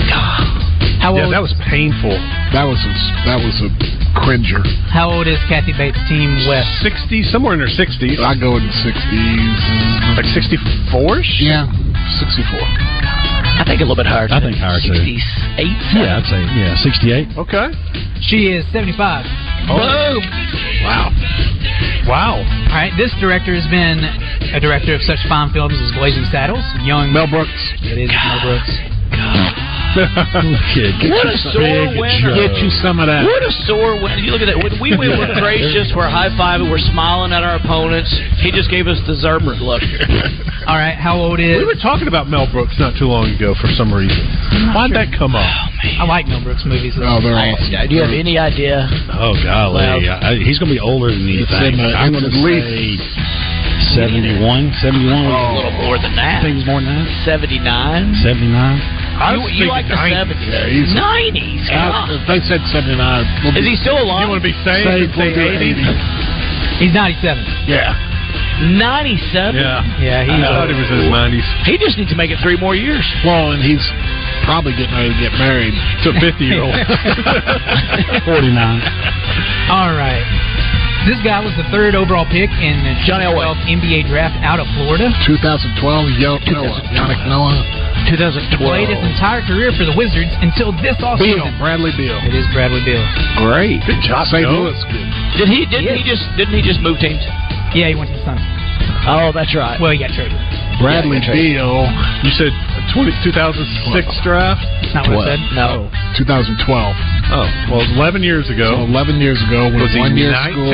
Speaker 6: How
Speaker 3: Yeah,
Speaker 6: old?
Speaker 3: that was painful.
Speaker 7: that was a, that was a cringer.
Speaker 6: How old is Kathy Bates' team? West.
Speaker 3: 60, somewhere in her 60s.
Speaker 7: I go in the sixties.
Speaker 3: Like 64ish?
Speaker 7: Yeah, sixty-four.
Speaker 8: I think a little bit higher.
Speaker 9: I think higher, too.
Speaker 8: 68.
Speaker 9: Yeah, I'd say yeah, sixty-eight.
Speaker 3: Okay. Oh.
Speaker 6: She is 75.
Speaker 8: Boom.
Speaker 7: Wow.
Speaker 3: Wow.
Speaker 6: All right. This director has been a director of such fine films as Blazing Saddles,
Speaker 9: (laughs)
Speaker 6: Young.
Speaker 7: Mel Brooks.
Speaker 6: It is Mel Brooks.
Speaker 9: Kid,
Speaker 8: What a sore winner.
Speaker 3: Get you some of that.
Speaker 8: What a sore win. You look at that. When we, we
Speaker 3: (laughs)
Speaker 8: were gracious, we're high fiving, we're smiling at our opponents. He just gave us the Zerbert
Speaker 3: (laughs)
Speaker 8: look.
Speaker 6: All right, how old is?
Speaker 3: We were talking about Mel Brooks not too long ago for some reason. Why'd that come up?
Speaker 6: I like Mel Brooks movies.
Speaker 7: Oh, they're
Speaker 8: I- Do
Speaker 7: awesome.
Speaker 8: you have any idea?
Speaker 9: Oh golly,
Speaker 8: Well-
Speaker 9: I, he's going to be older than you
Speaker 7: It's
Speaker 9: think.
Speaker 7: in the-
Speaker 9: I'm going
Speaker 7: it's
Speaker 9: to
Speaker 7: at least-
Speaker 9: say 71, 71.
Speaker 8: A little
Speaker 7: Oh.
Speaker 8: more than
Speaker 9: I
Speaker 8: that.
Speaker 9: think it's more than that.
Speaker 8: 79?
Speaker 9: 79.
Speaker 3: I was
Speaker 8: You, you
Speaker 3: thinking
Speaker 8: like the
Speaker 3: 90s.
Speaker 8: 70s.
Speaker 7: Yeah, he's-
Speaker 8: 90s.
Speaker 7: Uh,
Speaker 8: God.
Speaker 7: if they said 79. We'll
Speaker 8: Is he still alive?
Speaker 3: You want to be safe and say 80?
Speaker 6: He's 97.
Speaker 7: Yeah.
Speaker 8: 97?
Speaker 3: Yeah.
Speaker 6: Yeah,
Speaker 3: I thought he
Speaker 6: he's.
Speaker 3: was in his 90s.
Speaker 8: He just needs to make it three more years.
Speaker 7: Well, and he's probably getting ready to get married.
Speaker 3: To a
Speaker 6: (laughs)
Speaker 3: 50
Speaker 7: (laughs)
Speaker 3: year old.
Speaker 9: 49.
Speaker 6: All right. This guy was the third overall pick in the
Speaker 8: John Elway.
Speaker 6: 2012 NBA draft out of Florida.
Speaker 7: 2012, Yo, Noah. Yannick Noah.
Speaker 8: 2012.
Speaker 6: Played his entire career for the Wizards until this
Speaker 7: Beal.
Speaker 6: offseason.
Speaker 7: Bradley Beal.
Speaker 6: It is Bradley Beal.
Speaker 7: Great. Good job, St.
Speaker 3: Noah.
Speaker 7: Louis kid.
Speaker 8: Did he? Didn't he just? Didn't he just move teams?
Speaker 6: Yeah, he went to the Suns.
Speaker 8: Oh, that's right.
Speaker 6: Well, he got traded.
Speaker 7: Bradley
Speaker 8: Yeah,
Speaker 7: Beal.
Speaker 3: You said 20, 2006 draft?
Speaker 6: That's not what
Speaker 7: What?
Speaker 6: I said.
Speaker 8: no.
Speaker 7: 2012.
Speaker 3: Oh, well, 11 years
Speaker 7: So
Speaker 3: ago.
Speaker 7: 11 years ago,
Speaker 3: Was
Speaker 7: with
Speaker 3: he
Speaker 7: one year
Speaker 3: 19?
Speaker 7: school.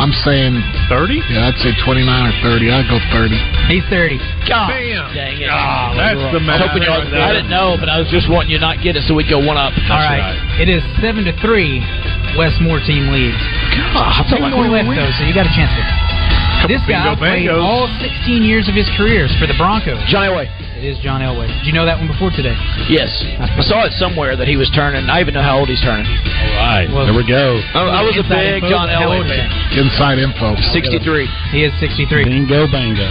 Speaker 7: I'm saying,
Speaker 3: 30?
Speaker 7: yeah, I'd say 29 or 30. I'd go 30.
Speaker 6: He's 30.
Speaker 8: God
Speaker 3: Bam.
Speaker 8: dang it!
Speaker 3: Ah, that's
Speaker 8: I was
Speaker 3: the
Speaker 8: hoping
Speaker 3: math
Speaker 8: y'all-
Speaker 3: right there.
Speaker 8: I didn't know, but I was just wanting you to not get it so we'd go one up.
Speaker 6: All right. It is 7 to 3. Westmore team leads.
Speaker 8: God, I felt
Speaker 6: Two
Speaker 8: like
Speaker 6: more
Speaker 8: we
Speaker 6: left,
Speaker 8: were
Speaker 6: though, so you got a chance to. This guy
Speaker 3: bingo
Speaker 6: played
Speaker 3: bangos.
Speaker 6: all 16 years of his careers for the Broncos.
Speaker 8: Johnny Way.
Speaker 6: It is John Elway. Did you know that one before today?
Speaker 8: Yes, I saw it somewhere that he was turning. I even know how old he's turning.
Speaker 9: All right,
Speaker 6: Well-
Speaker 9: there we go.
Speaker 8: I, I was a
Speaker 6: Inside
Speaker 8: big
Speaker 6: info.
Speaker 8: John
Speaker 6: How
Speaker 8: Elway
Speaker 6: old is
Speaker 8: fan.
Speaker 7: Inside info.
Speaker 8: 63.
Speaker 6: He is 63.
Speaker 9: Bingo, bango.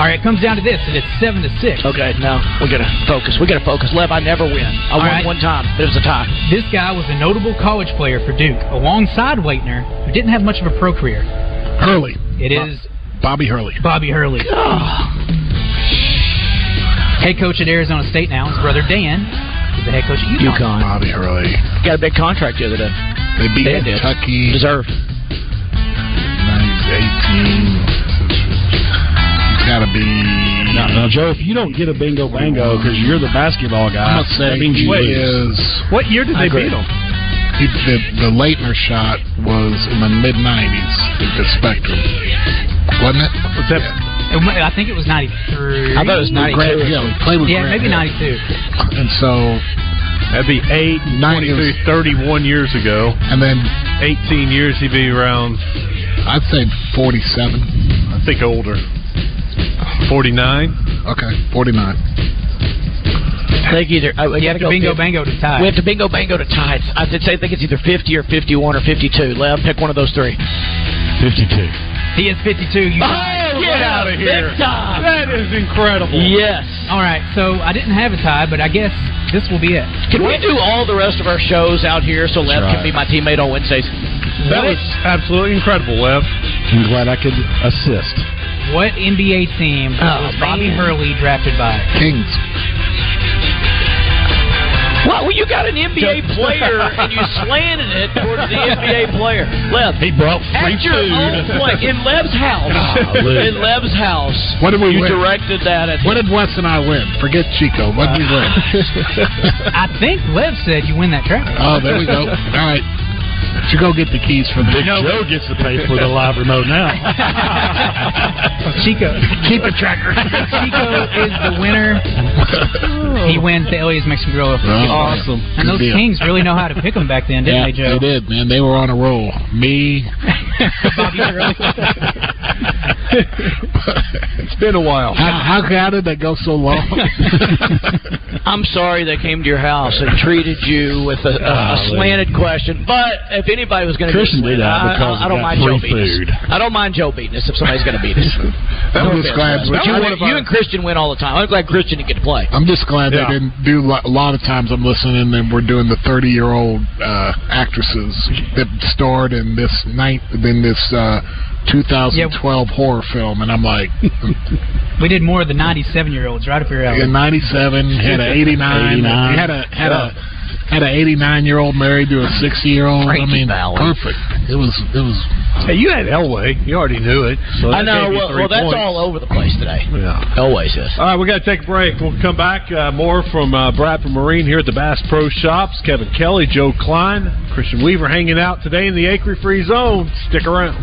Speaker 6: All right, it comes down to this, and it's 7 to 6.
Speaker 8: Okay, no, we gotta focus. We gotta focus. Lev, I never win. I
Speaker 6: All
Speaker 8: won
Speaker 6: right.
Speaker 8: one time, but it was a tie.
Speaker 6: This guy was a notable college player for Duke, alongside Waitner, who didn't have much of a pro career.
Speaker 7: Hurley.
Speaker 6: It is
Speaker 7: Bobby Hurley.
Speaker 6: Bobby Hurley. Head coach at Arizona State now. His brother Dan is the head coach at UConn.
Speaker 8: UConn
Speaker 7: Bobby Hurley.
Speaker 8: got a big contract the other day.
Speaker 7: They beat
Speaker 8: They did.
Speaker 7: Kentucky.
Speaker 8: Deserved.
Speaker 7: 18. It's got to be.
Speaker 9: Now, now, Joe, if you don't get a bingo, bango, because you're the basketball
Speaker 7: I'm
Speaker 9: guy,
Speaker 7: going to say
Speaker 9: that means
Speaker 7: he
Speaker 9: you lose.
Speaker 7: is.
Speaker 3: What year did
Speaker 8: I
Speaker 3: they
Speaker 8: agree.
Speaker 3: beat him?
Speaker 7: He, the, the Leitner shot was in the mid 90s at the Spectrum. Wasn't it?
Speaker 3: Was that
Speaker 6: It wa- I think it was 93.
Speaker 8: I thought it was
Speaker 7: With Grant
Speaker 8: 92.
Speaker 7: Hill. He played with
Speaker 6: yeah,
Speaker 7: Grant
Speaker 6: maybe
Speaker 7: Hill.
Speaker 6: 92.
Speaker 7: And so,
Speaker 3: that'd be 8,
Speaker 7: Nine, it
Speaker 3: 22, 31 years ago.
Speaker 7: and then
Speaker 3: 18 years, he'd be around,
Speaker 7: I'd say 47.
Speaker 3: I think, older. 49?
Speaker 7: Okay, 49.
Speaker 8: I think either. I, we
Speaker 6: You
Speaker 8: gotta
Speaker 6: have to
Speaker 8: go
Speaker 6: bingo
Speaker 8: fif-
Speaker 6: bango to tie.
Speaker 8: We have to bingo bango to tie. It's- I did say I think it's either 50 or 51 or 52. Lev, pick one of those three.
Speaker 9: 52.
Speaker 6: he is 52.
Speaker 7: Oh,
Speaker 6: You
Speaker 3: get out of here.
Speaker 8: Big time.
Speaker 3: That is incredible.
Speaker 8: Yes.
Speaker 6: All right, so I didn't have a tie, but I guess this will be it.
Speaker 8: Can we do all the rest of our shows out here so Lev
Speaker 9: right.
Speaker 8: can be my teammate on Wednesdays?
Speaker 3: That was absolutely incredible, Lev.
Speaker 9: I'm glad I could assist.
Speaker 6: What NBA team
Speaker 8: Oh,
Speaker 6: was Bobby
Speaker 8: man.
Speaker 6: Hurley drafted by?
Speaker 7: Kings.
Speaker 8: Well, well, you got an
Speaker 6: (laughs)
Speaker 8: NBA player and you slanted it towards the NBA player. Lev,
Speaker 9: He brought free
Speaker 8: at your own play in Lev's house.
Speaker 9: Golly.
Speaker 8: in Lev's house.
Speaker 7: What did we
Speaker 8: you
Speaker 7: win?
Speaker 8: directed that at
Speaker 7: What did Wes and I win? Forget Chico. What did we
Speaker 3: (laughs)
Speaker 7: win?
Speaker 6: I think Lev said you win that draft.
Speaker 7: oh, there we go. All right. You go get the keys from the
Speaker 9: Big Joe gets to pay for the live remote now.
Speaker 6: (laughs) Chico.
Speaker 7: Keep a tracker.
Speaker 6: Chico is the
Speaker 10: (laughs)
Speaker 6: winner.
Speaker 10: Hmm.
Speaker 6: He wins the Elliot's Mexican Grill.
Speaker 7: Awesome.
Speaker 6: And those
Speaker 7: Oh, Good deal.
Speaker 6: Kings really know how to pick them back then, didn't
Speaker 7: Yeah,
Speaker 6: they, Joe?
Speaker 7: they did, man. They were on a roll. (laughs) Me.
Speaker 6: Bobby Hurley.
Speaker 3: It's been a while.
Speaker 7: how, how, how did that go
Speaker 3: (laughs)
Speaker 7: so long?
Speaker 8: I'm sorry they came to your house and treated you with a, a, a
Speaker 9: Golly.
Speaker 8: slanted question. But if anybody was going to
Speaker 9: Christian did that
Speaker 8: I,
Speaker 9: because
Speaker 8: I, I
Speaker 9: it
Speaker 8: don't
Speaker 9: got
Speaker 8: mind Joe
Speaker 9: free food.
Speaker 8: beating us. I don't mind Joe beating us if somebody's going to beat us.
Speaker 7: I'm just glad.
Speaker 8: But you,
Speaker 7: I'm
Speaker 8: win,
Speaker 7: one of our-
Speaker 8: you and Christian win all the time. I'm glad Christian didn't get to play.
Speaker 7: I'm just glad
Speaker 3: Yeah.
Speaker 7: they didn't do li- a lot of times. I'm listening and we're doing the 30 year old uh, actresses that starred in this night, in this uh, 2012 horror film, and
Speaker 3: (laughs)
Speaker 7: I'm like,
Speaker 6: We did more of the 97 year olds right up your alley.
Speaker 7: in '97 had an '89,
Speaker 9: 89.
Speaker 7: had a had a Had an 89 year old married to a 60 year old. I mean, perfect. It was. It was.
Speaker 3: Hey, you had Elway. You already knew it. So that
Speaker 8: I know.
Speaker 3: gave you
Speaker 8: Well,
Speaker 3: three
Speaker 8: well, that's
Speaker 3: points.
Speaker 8: all over the place today.
Speaker 3: Yeah.
Speaker 8: Always is.
Speaker 3: All right, we got to take a break. We'll come back uh, more from uh, Bradford Marine here at the Bass Pro Shops. Kevin Kelly, Joe Klein, Christian Weaver hanging out today in the Acre Free Zone. Stick around.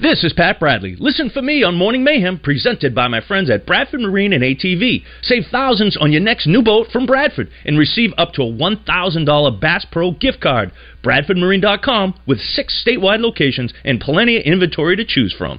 Speaker 5: This is Pat Bradley. Listen for me on Morning Mayhem, presented by my friends at Bradford Marine and ATV. Save thousands on your next new boat from Bradford and receive up to a $1,000 Bass Pro gift card. BradfordMarine.com with six statewide locations and plenty of inventory to choose from.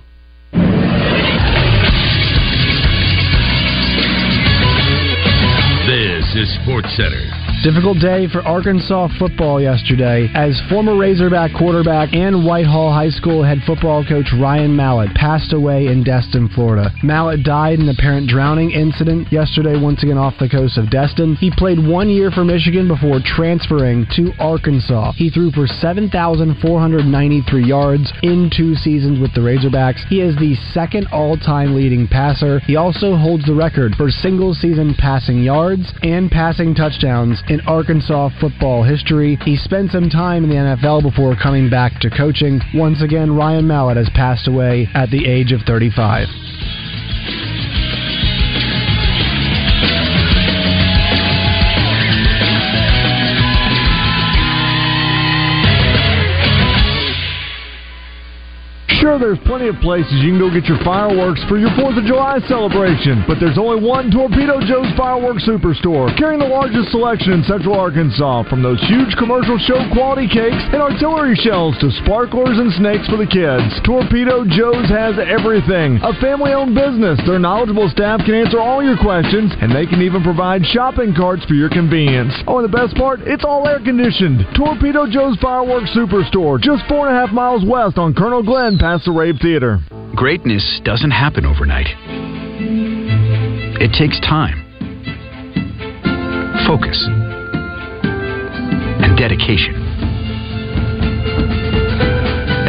Speaker 11: This is Sports Center.
Speaker 12: Difficult day for Arkansas football yesterday as former Razorback quarterback and Whitehall High School head football coach Ryan Mallett passed away in Destin, Florida. Mallett died in an apparent drowning incident yesterday, once again off the coast of Destin. He played one year for Michigan before transferring to Arkansas. He threw for 7,493 yards in two seasons with the Razorbacks. He is the second all time leading passer. He also holds the record for single season passing yards and passing touchdowns in Arkansas football history. He spent some time in the NFL before coming back to coaching. Once again, Ryan Mallett has passed away at the age of 35.
Speaker 13: Sure, there's plenty of places you can go get your fireworks for your 4th of July celebration, but there's only one Torpedo Joe's Fireworks Superstore, carrying the largest selection in central Arkansas, from those huge commercial show quality cakes and artillery shells to sparklers and snakes for the kids. Torpedo Joe's has everything. A family owned business, their knowledgeable staff can answer all your questions, and they can even provide shopping carts for your convenience. Oh, and the best part, it's all air conditioned. Torpedo Joe's Fireworks Superstore, just four and a half miles west on Colonel Glenn past the Rave Theater.
Speaker 14: Greatness doesn't happen overnight. It takes time, focus, and dedication.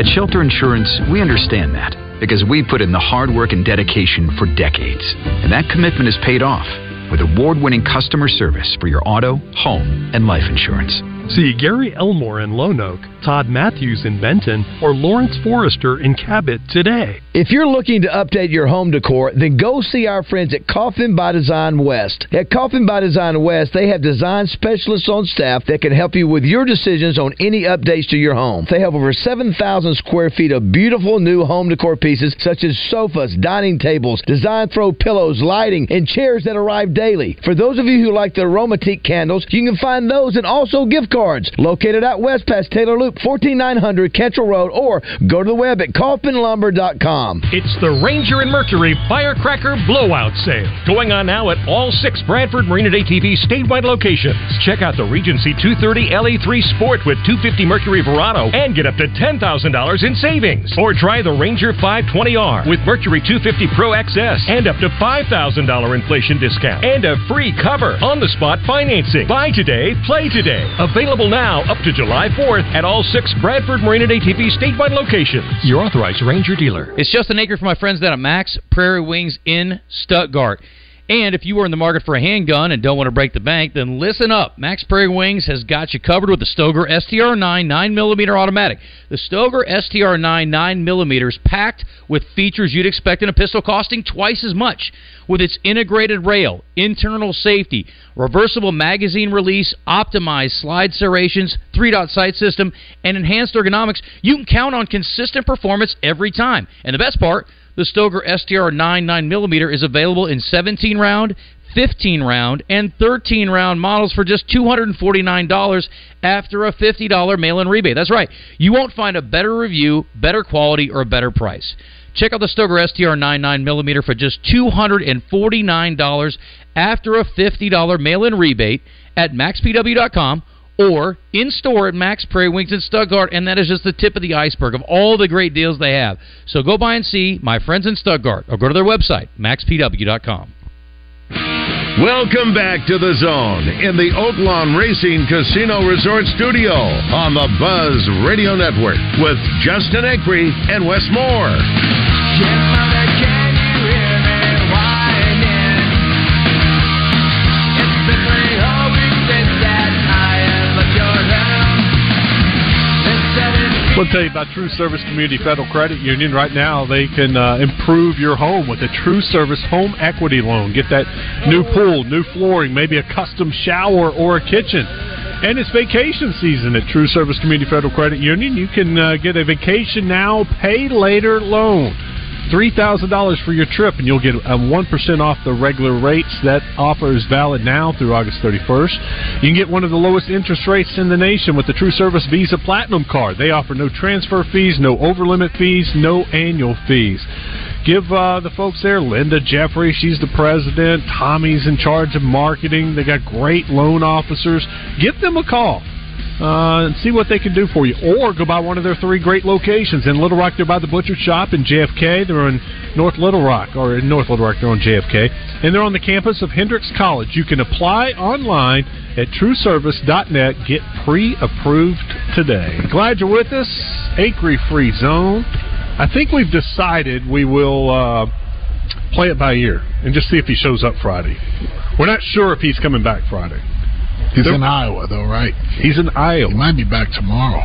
Speaker 14: At Shelter Insurance, we understand that because we put in the hard work and dedication for decades. And that commitment is paid off with award winning customer service for your auto, home, and life insurance.
Speaker 15: See Gary Elmore in Lone Oak, Todd Matthews in Benton, or Lawrence Forrester in Cabot today.
Speaker 16: If you're looking to update your home decor, then go see our friends at Coffin by Design West. At Coffin by Design West, they have design specialists on staff that can help you with your decisions on any updates to your home. They have over 7,000 square feet of beautiful new home decor pieces such as sofas, dining tables, design throw pillows, lighting, and chairs that arrive daily. For those of you who like the aromatique candles, you can find those and also gift cards located at West Past Taylor Loop, 14900 Ketchel Road, or go to the web at coffinlumber.com.
Speaker 17: It's the Ranger and Mercury Firecracker Blowout Sale going on now at all six Bradford Marine and ATV statewide locations. Check out the Regency 230 LE3 E Sport with 250 Mercury Verado and get up to $10,000 in savings. Or try the Ranger 520R with Mercury 250 Pro XS and up to $5,000 inflation discount and a free cover on the spot financing. Buy today, play today. Available now up to July 4th at all six Bradford Marine and ATV statewide locations. Your authorized Ranger dealer.
Speaker 10: It's just an acre for my friends down at Max Prairie Wings in Stuttgart. And if you are in the market for a handgun and don't want to break the bank, then listen up. Max Prairie Wings has got you covered with the Stoger STR9 9mm automatic. The Stoger STR9 9mm is packed with features you'd expect in a pistol costing twice as much. With its integrated rail, internal safety, reversible magazine release, optimized slide serrations, three dot sight system, and enhanced ergonomics, you can count on consistent performance every time. And the best part, the Stoger SDR 99mm is available in 17 round, 15 round, and 13 round models for just $249 after a $50 mail in rebate. That's right, you won't find a better review, better quality, or better price. Check out the Stoger STR 99mm for just $249 after a $50 mail in rebate at maxpw.com or in store at Max Prairie Wings in Stuttgart, and that is just the tip of the iceberg of all the great deals they have. So go by and see my friends in Stuttgart, or go to their website, maxpw.com.
Speaker 2: Welcome back to the zone in the Oaklawn Racing Casino Resort Studio on the Buzz Radio Network with Justin Eckery and Wes Moore. (laughs)
Speaker 3: I want to tell you about True Service Community Federal Credit Union. Right now, they can uh, improve your home with a True Service Home Equity Loan. Get that new pool, new flooring, maybe a custom shower or a kitchen. And it's vacation season at True Service Community Federal Credit Union. You can uh, get a vacation now, pay later loan. $3,000 for your trip, and you'll get a 1% off the regular rates. That offer is valid now through August 31st. You can get one of the lowest interest rates in the nation with the True Service Visa Platinum Card. They offer no transfer fees, no overlimit fees, no annual fees. Give uh, the folks there, Linda Jeffrey, she's the president. Tommy's in charge of marketing. They got great loan officers. Give them a call uh, and see what they can do for you. Or go by one of their three great locations. In Little Rock, they're by the Butcher Shop. In JFK, they're in North Little Rock, or in North Little Rock, they're on JFK. And they're on the campus of Hendrix College. You can apply online at trueservice.net. Get pre approved today. Glad you're with us. Acre Free Zone. I think we've decided we will. Uh, Play it by ear and just see if he shows up Friday. We're not sure if he's coming back Friday.
Speaker 7: He's in Iowa, though, right?
Speaker 3: He's in Iowa. He
Speaker 7: might be back
Speaker 3: (laughs)
Speaker 7: tomorrow.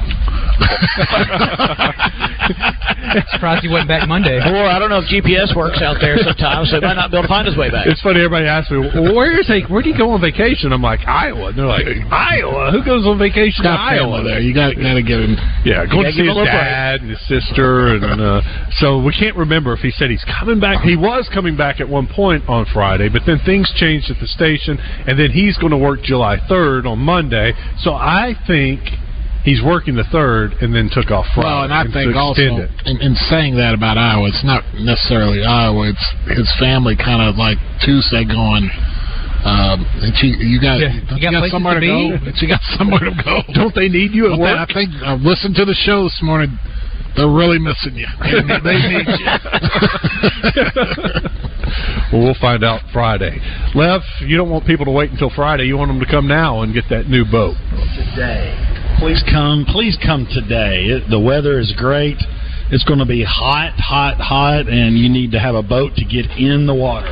Speaker 6: Surprised he went back Monday.
Speaker 8: Or I don't know if GPS works out there sometimes, so he might not be able to find his way back.
Speaker 3: It's funny. Everybody asks me, well, "Where is he? Where do you go on vacation?" I'm like, "Iowa." And they're like, "Iowa? Who goes on vacation to
Speaker 7: Got family
Speaker 3: Iowa?"
Speaker 7: there. You got got to get him.
Speaker 3: Yeah, going to
Speaker 7: You gotta
Speaker 3: see
Speaker 7: give
Speaker 3: his
Speaker 7: him a little
Speaker 3: dad and his sister, and uh, so we can't remember if he said he's coming back. He was coming back at one point on Friday, but then things changed at the station, and then he's going to work July third on Monday. So I think he's working the third, and then took off Friday.
Speaker 7: Well, and I
Speaker 3: to
Speaker 7: think also,
Speaker 3: extend it.
Speaker 7: in, in saying that about Iowa, it's not necessarily Iowa. It's his family kind of like Tuesday going. Um, that you, you got,
Speaker 1: Yeah,
Speaker 7: don't
Speaker 1: you got places
Speaker 7: somewhere
Speaker 1: to
Speaker 7: to,
Speaker 1: be?
Speaker 7: go. That You got somewhere to go.
Speaker 3: Don't they need you
Speaker 7: at
Speaker 1: work?
Speaker 7: I think I've listened to the show this morning. They're really missing you. They, (laughs) they need (laughs) you.
Speaker 3: Well, we'll find out Friday. Lev, you don't want people to wait until Friday. You want them to come now and get that new boat.
Speaker 4: today. Please come. Please come today. It, the weather is great. It's going to be hot, hot, hot, and you need to have a boat to get in the water.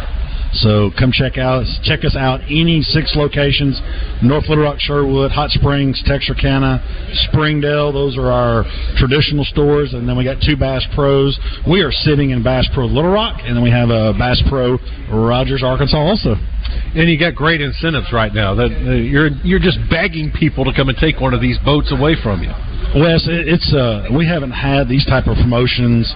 Speaker 4: So come check out check us out. Any six locations: North Little Rock, Sherwood, Hot Springs, Texarkana, Springdale. Those are our traditional stores, and then we got two Bass Pros. We are sitting in Bass Pro Little Rock, and then we have a Bass Pro Rogers, Arkansas, also.
Speaker 3: And you got great incentives right now. That uh, you're you're just begging people to come and take one of these boats away from you.
Speaker 4: Wes, it, it's uh, we haven't had these type of promotions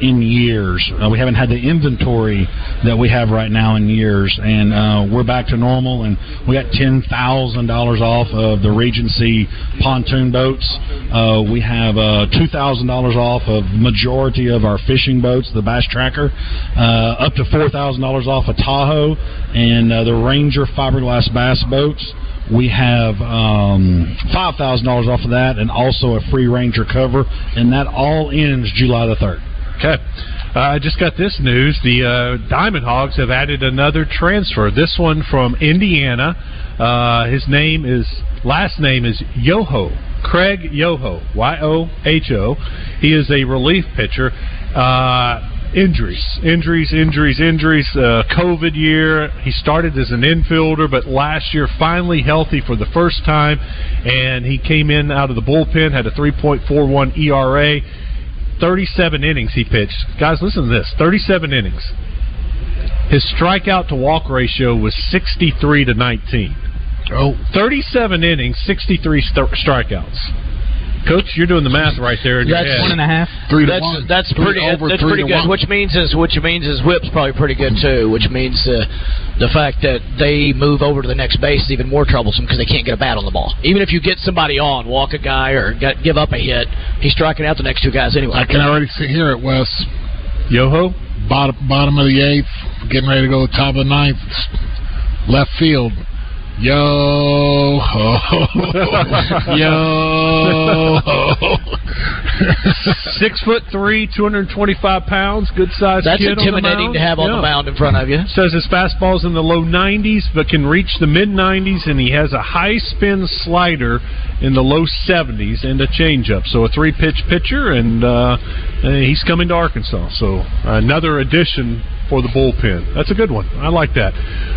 Speaker 4: in years. Uh, we haven't had the inventory that we have right now in years, and uh, we're back to normal. And we got ten thousand dollars off of the Regency pontoon boats. Uh, we have uh, two thousand dollars off of majority of our fishing boats, the Bass Tracker, uh, up to four thousand dollars off of Tahoe and uh, the Ranger fiberglass bass boats. We have um, five thousand dollars off of that, and also a free Ranger cover, and that all ends July the third.
Speaker 3: Okay. Uh, I just got this news. The uh, Diamond Hogs have added another transfer. This one from Indiana. Uh, his name is last name is Yoho Craig Yoho Y O H O. He is a relief pitcher. Uh, injuries, injuries, injuries, injuries. Uh, COVID year. He started as an infielder, but last year finally healthy for the first time, and he came in out of the bullpen. Had a 3.41 ERA. 37 innings he pitched. Guys, listen to this 37 innings. His strikeout to walk ratio was 63 to 19.
Speaker 7: Oh.
Speaker 3: 37 innings, 63 st- strikeouts. Coach, you're doing the math right there.
Speaker 6: (laughs)
Speaker 3: In your head.
Speaker 8: that's, That's pretty. that's pretty good. Which means is which means his whip's probably pretty good too. Which means uh, the fact that they move over to the next base is even more troublesome because they can't get a bat on the ball. Even if you get somebody on, walk a guy or get, give up a hit, he's striking out the next two guys anyway.
Speaker 7: I can already see here at Wes.
Speaker 3: Yoho,
Speaker 7: bottom bottom of the eighth, getting ready to go to the top of the ninth, left field. Yo (laughs) ho, yo
Speaker 8: Oh.
Speaker 7: ho.
Speaker 3: Six foot three, 225 pounds, good size.
Speaker 8: That's
Speaker 3: kid on the
Speaker 8: intimidating
Speaker 3: mound.
Speaker 8: to have on the
Speaker 3: Yeah.
Speaker 8: mound in front of you.
Speaker 3: Says his fastball's in the low 90s, but can reach the mid 90s, and he has a high spin slider in the low 70s and a changeup. So a three pitch pitcher, and uh, uh, he's coming to Arkansas. So another addition for the bullpen. That's a good one. I like that.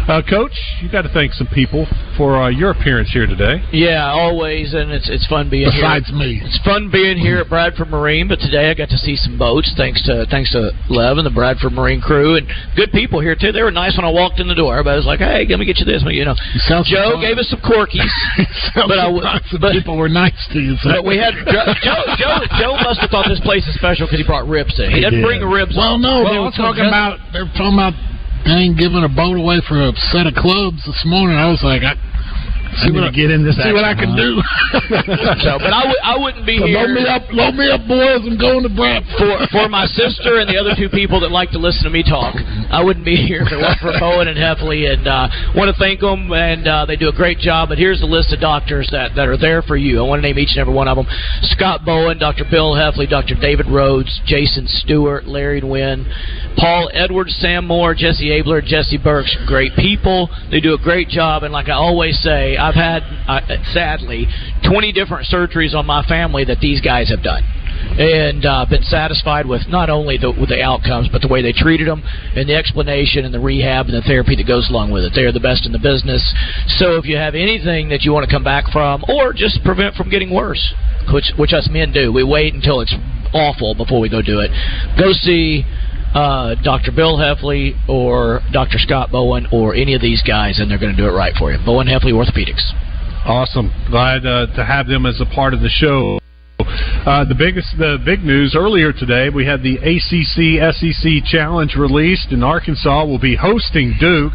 Speaker 3: Uh, Coach, you got to thank some people for uh, your appearance here today.
Speaker 8: Yeah, always, and it's it's fun being
Speaker 7: Besides
Speaker 8: here. me, it's fun being here at Bradford Marine. But today I got to see some boats, thanks to thanks to Lev and the Bradford Marine crew, and good people here too. They were nice when I walked in the door. Everybody was like, "Hey, let me get you this," you know. Joe gave us some
Speaker 7: (laughs)
Speaker 8: corkies, but I w- but,
Speaker 7: people were nice to you. so-
Speaker 8: but we had Joe, Joe. Joe Joe must have thought this place is special because he brought ribs in. He,
Speaker 7: He
Speaker 8: doesn't
Speaker 7: did.
Speaker 8: bring ribs.
Speaker 7: Well,
Speaker 8: in.
Speaker 7: no, they were talking about they were talking about they ain't giving a boat away for a set of clubs this morning. I was like, I, see
Speaker 4: I need
Speaker 7: what
Speaker 4: to
Speaker 7: I,
Speaker 4: get in this
Speaker 7: See what I
Speaker 4: action,
Speaker 7: can
Speaker 4: huh?
Speaker 7: do. (laughs)
Speaker 8: (laughs) so, but I w- I wouldn't be
Speaker 7: So
Speaker 8: here.
Speaker 7: Load me up, load me up, boys. I'm going to Bradford.
Speaker 8: for for my sister and the other two people that like to listen to me talk. I wouldn't be here if it weren't for Bowen and Heffley, and uh, want to thank them, and uh, they do a great job. But here's the list of doctors that, that are there for you. I want to name each and every one of them: Scott Bowen, Dr. Bill Heffley, Dr. David Rhodes, Jason Stewart, Larry Nguyen, Paul Edwards, Sam Moore, Jesse Abler, Jesse Burks. Great people. They do a great job, and like I always say, I've had uh, sadly 20 different surgeries on my family that these guys have done and uh, been satisfied with not only the, with the outcomes but the way they treated them and the explanation and the rehab and the therapy that goes along with it. They are the best in the business. So if you have anything that you want to come back from or just prevent from getting worse, which which us men do, we wait until it's awful before we go do it. Go see. Uh, Dr. Bill Heffley or Dr. Scott Bowen or any of these guys, and they're going to do it right for you. Bowen Heffley Orthopedics.
Speaker 3: Awesome. Glad uh, to have them as a part of the show. Uh, the biggest, the big news earlier today, we had the ACC SEC E Challenge released, and Arkansas will be hosting Duke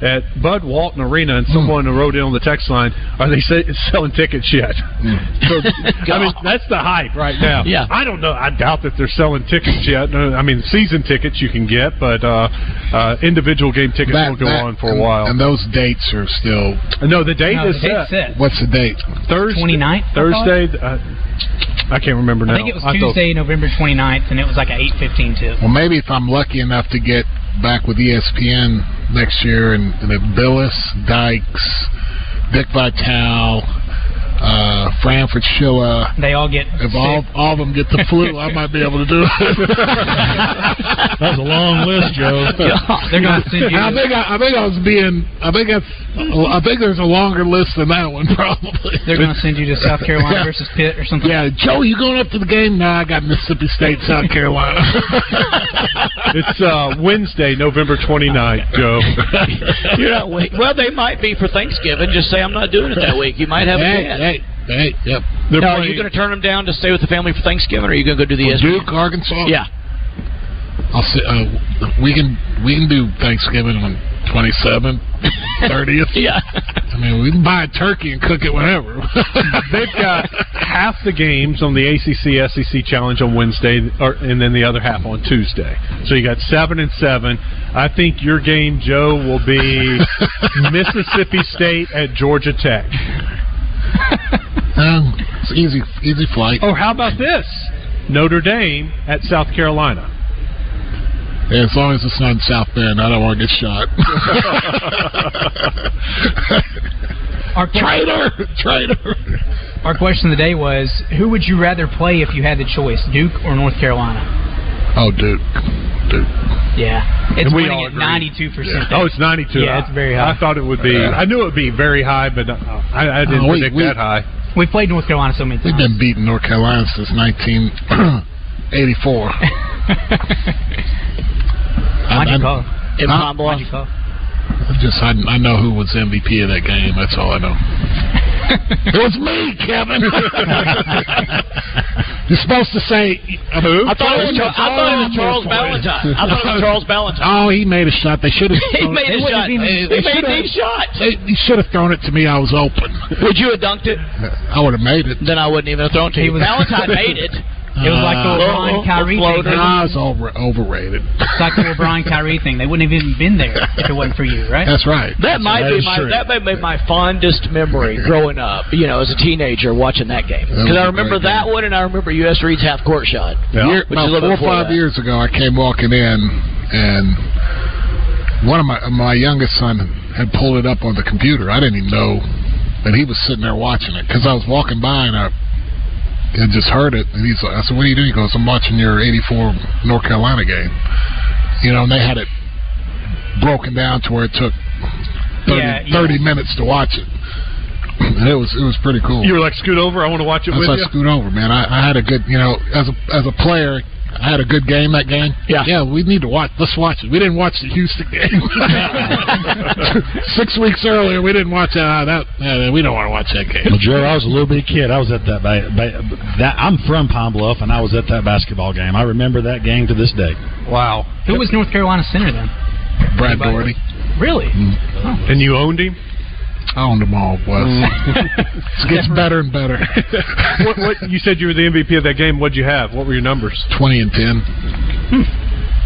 Speaker 3: at Bud Walton Arena. And someone wrote in on the text line, "Are they se- selling tickets yet?" (laughs)
Speaker 4: (laughs)
Speaker 3: So, I mean, that's the hype right now.
Speaker 1: Yeah.
Speaker 3: I don't know. I doubt that they're selling tickets yet. No, I mean, season tickets you can get, but uh, uh, individual game tickets
Speaker 7: That-
Speaker 3: won't go
Speaker 7: that-
Speaker 3: on for a
Speaker 7: and-
Speaker 3: while.
Speaker 7: and those dates are still.
Speaker 3: No, the date
Speaker 7: No,
Speaker 3: is
Speaker 7: the date's
Speaker 3: set.
Speaker 7: What's the date?
Speaker 3: Thursday,
Speaker 6: 29th, I thought?
Speaker 3: Thursday. Uh, I can't remember now.
Speaker 6: I think it was
Speaker 7: I thought-
Speaker 6: Tuesday, November 29th, and it was like an 8:15 tip.
Speaker 7: Well, maybe if I'm lucky enough to get back with E ESPN next year and, and if Billis, Dykes, Dick Vitale, uh, Fran Fraschilla.
Speaker 6: They all get
Speaker 7: If all, all of them get the flu, I might be able to do it.
Speaker 4: (laughs) That was a long list, Joe.
Speaker 6: (laughs)
Speaker 7: I think I, I think I was being. I think that's. I think there's a longer list than that one (laughs) probably.
Speaker 6: They're going to send you to South
Speaker 7: (laughs)
Speaker 6: Carolina versus Pitt or something.
Speaker 7: Yeah, Joe, you going up to the game? No, I got Mississippi State,
Speaker 6: (laughs)
Speaker 7: South Carolina.
Speaker 3: it's uh, Wednesday, November 29th,
Speaker 7: (laughs)
Speaker 3: Joe.
Speaker 8: You're not wait. Well, they might be for Thanksgiving. Just say I'm not doing it that week. You might have a
Speaker 7: Hey,
Speaker 8: chance.
Speaker 7: hey, hey, yep.
Speaker 8: Now, are you going to turn them down to stay with the family for Thanksgiving, or are you going to go do the
Speaker 7: For
Speaker 8: ESPN?
Speaker 7: Duke, Arkansas?
Speaker 8: Yeah.
Speaker 7: I'll say, uh, we can we can do Thanksgiving on twenty seventh, thirtieth.
Speaker 8: yeah.
Speaker 7: I mean, we can buy a turkey and cook it whenever.
Speaker 3: (laughs) They've got half the games on the ACC SEC E Challenge on Wednesday, or, and then the other half on Tuesday. So you got seven and seven. I think your game, Joe, will
Speaker 7: (laughs)
Speaker 3: be Mississippi State at Georgia Tech.
Speaker 7: Um, it's easy, easy flight.
Speaker 6: Oh,
Speaker 3: Or how about this? Notre Dame at South Carolina.
Speaker 7: Yeah, as long as it's not in South Bend, I don't want to get shot.
Speaker 6: Our
Speaker 7: traitor, traitor.
Speaker 6: Our question of the day was: Who would you rather play if you had the choice, Duke or North Carolina?
Speaker 7: oh, Duke, Duke.
Speaker 6: Yeah, it's
Speaker 3: And we all
Speaker 6: winning at
Speaker 3: agree.
Speaker 6: 92 percent.
Speaker 3: Oh, it's 92.
Speaker 6: Yeah, it's very high.
Speaker 3: I thought it would be.
Speaker 6: Yeah.
Speaker 3: I knew it would be very high, but uh, I, I didn't
Speaker 7: Oh, we-
Speaker 3: predict
Speaker 7: we-
Speaker 3: that high.
Speaker 6: We played North Carolina so many times.
Speaker 7: We've been beating North Carolina since
Speaker 6: (laughs)
Speaker 7: 1984.
Speaker 6: Why'd you call?
Speaker 7: Huh?
Speaker 6: Why'd you call?
Speaker 7: Just I, I know who was MVP of that game. That's all
Speaker 6: (laughs)
Speaker 7: I know. it was me, Kevin. You're supposed to say uh, who?
Speaker 8: I thought it was, Char- I thought it was Charles Ballantyne. I thought it was Charles Ballantyne.
Speaker 7: Oh, he made a shot. They should have.
Speaker 8: (laughs) He made a shot. He made these shots.
Speaker 7: He should have thrown it to me. I was open.
Speaker 8: Would you have dunked it?
Speaker 7: I would have made it.
Speaker 8: Then I wouldn't even have thrown to
Speaker 7: He
Speaker 8: you.
Speaker 7: was-
Speaker 8: (laughs) Ballantyne made it.
Speaker 6: It was like the
Speaker 7: Uh,
Speaker 8: oh,
Speaker 6: LeBron
Speaker 7: or- or
Speaker 6: Kyrie
Speaker 7: floater.
Speaker 6: thing.
Speaker 7: Nah, it's over, overrated.
Speaker 6: It's like the LeBron Kyrie thing. They wouldn't have even been there if it wasn't for you, right?
Speaker 7: That's right.
Speaker 8: That might be my that might be my fondest memory growing up. You know, as a teenager watching that game
Speaker 7: was
Speaker 8: because I
Speaker 7: a
Speaker 8: remember
Speaker 7: great
Speaker 8: that one and I remember U.S. Reed's half court shot.
Speaker 7: Year-
Speaker 8: which
Speaker 7: about
Speaker 8: is a little
Speaker 7: four
Speaker 8: before
Speaker 7: or five
Speaker 8: that.
Speaker 7: years ago, I came walking in, and one of my my youngest son had pulled it up on the computer. I didn't even know that he was sitting there watching it because I was walking by and I had just heard it. And he's like, "I said, what are you doing?" He goes, "I'm watching your '84 North Carolina game." You know, and they had it broken down to where it took 30,
Speaker 3: Yeah,
Speaker 7: 30 minutes to watch it. (clears throat) And it was it was pretty cool.
Speaker 3: You were like, scoot over. I want to watch it
Speaker 7: That's
Speaker 3: with
Speaker 7: why I
Speaker 3: you.
Speaker 7: scoot over, man. I, I had a good, you know, as a as a player, I had a good game that game. Yeah, yeah. We need to watch. Let's watch it. We didn't watch the Houston game six weeks earlier. We didn't watch uh, that. Yeah, we don't want to watch that game.
Speaker 4: Well, Jerry, I was a little bitty kid. I was at that. Ba- ba- that I'm from Pine Bluff, and I was at that basketball game. I remember that game to this day.
Speaker 6: Wow. Who was North Carolina center then?
Speaker 7: Brad
Speaker 6: Anybody?
Speaker 7: Doherty. Mm-hmm.
Speaker 6: Really?
Speaker 7: And you owned him. I owned them all. Wes. (laughs) Mm. it gets better and better.
Speaker 3: Mm. what, what you said you were the MVP of that game. What'd you have? What were your numbers?
Speaker 7: Twenty and ten.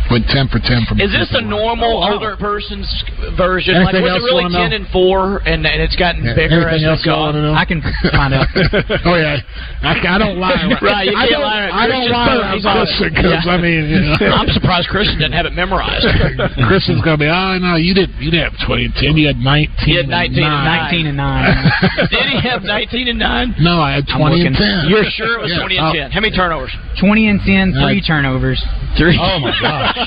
Speaker 7: Went ten for ten from.
Speaker 8: Is this the normal older person's version?
Speaker 7: Oh,
Speaker 8: like,
Speaker 7: Anything
Speaker 8: was it
Speaker 7: else you
Speaker 8: really
Speaker 7: wanna know?
Speaker 8: ten and four, and, and it's gotten
Speaker 7: Yeah,
Speaker 8: bigger
Speaker 7: anything
Speaker 8: as
Speaker 7: else
Speaker 8: it's
Speaker 7: you
Speaker 8: gone?
Speaker 7: wanna know? I
Speaker 8: can find out.
Speaker 7: (laughs) oh yeah, I, I don't lie. around-
Speaker 8: (laughs) right, you
Speaker 7: I
Speaker 8: can't
Speaker 7: don't,
Speaker 8: lie.
Speaker 7: I don't
Speaker 8: Christian's
Speaker 7: lie.
Speaker 8: perfect.
Speaker 7: around
Speaker 8: He's on it.
Speaker 7: Boston 'cause,
Speaker 8: Yeah.
Speaker 7: I mean, you
Speaker 8: (laughs)
Speaker 7: know.
Speaker 8: I'm surprised Christian didn't have it
Speaker 7: (laughs)
Speaker 8: memorized.
Speaker 7: Chris is gonna be. Oh no, you didn't. You didn't have twenty and ten. You had nineteen.
Speaker 8: He had 19 and 19
Speaker 6: and
Speaker 7: (laughs)
Speaker 8: (laughs)
Speaker 6: 9.
Speaker 8: Did he have 19 and 9?
Speaker 7: No, I had
Speaker 6: I'm looking.
Speaker 7: 20 and 10.
Speaker 8: You're sure it was
Speaker 7: Yeah.
Speaker 8: 20 and
Speaker 7: Oh.
Speaker 8: 10? How many turnovers?
Speaker 6: 20 and 10,
Speaker 7: Uh,
Speaker 6: three turnovers.
Speaker 7: Three. Oh, my (laughs) gosh.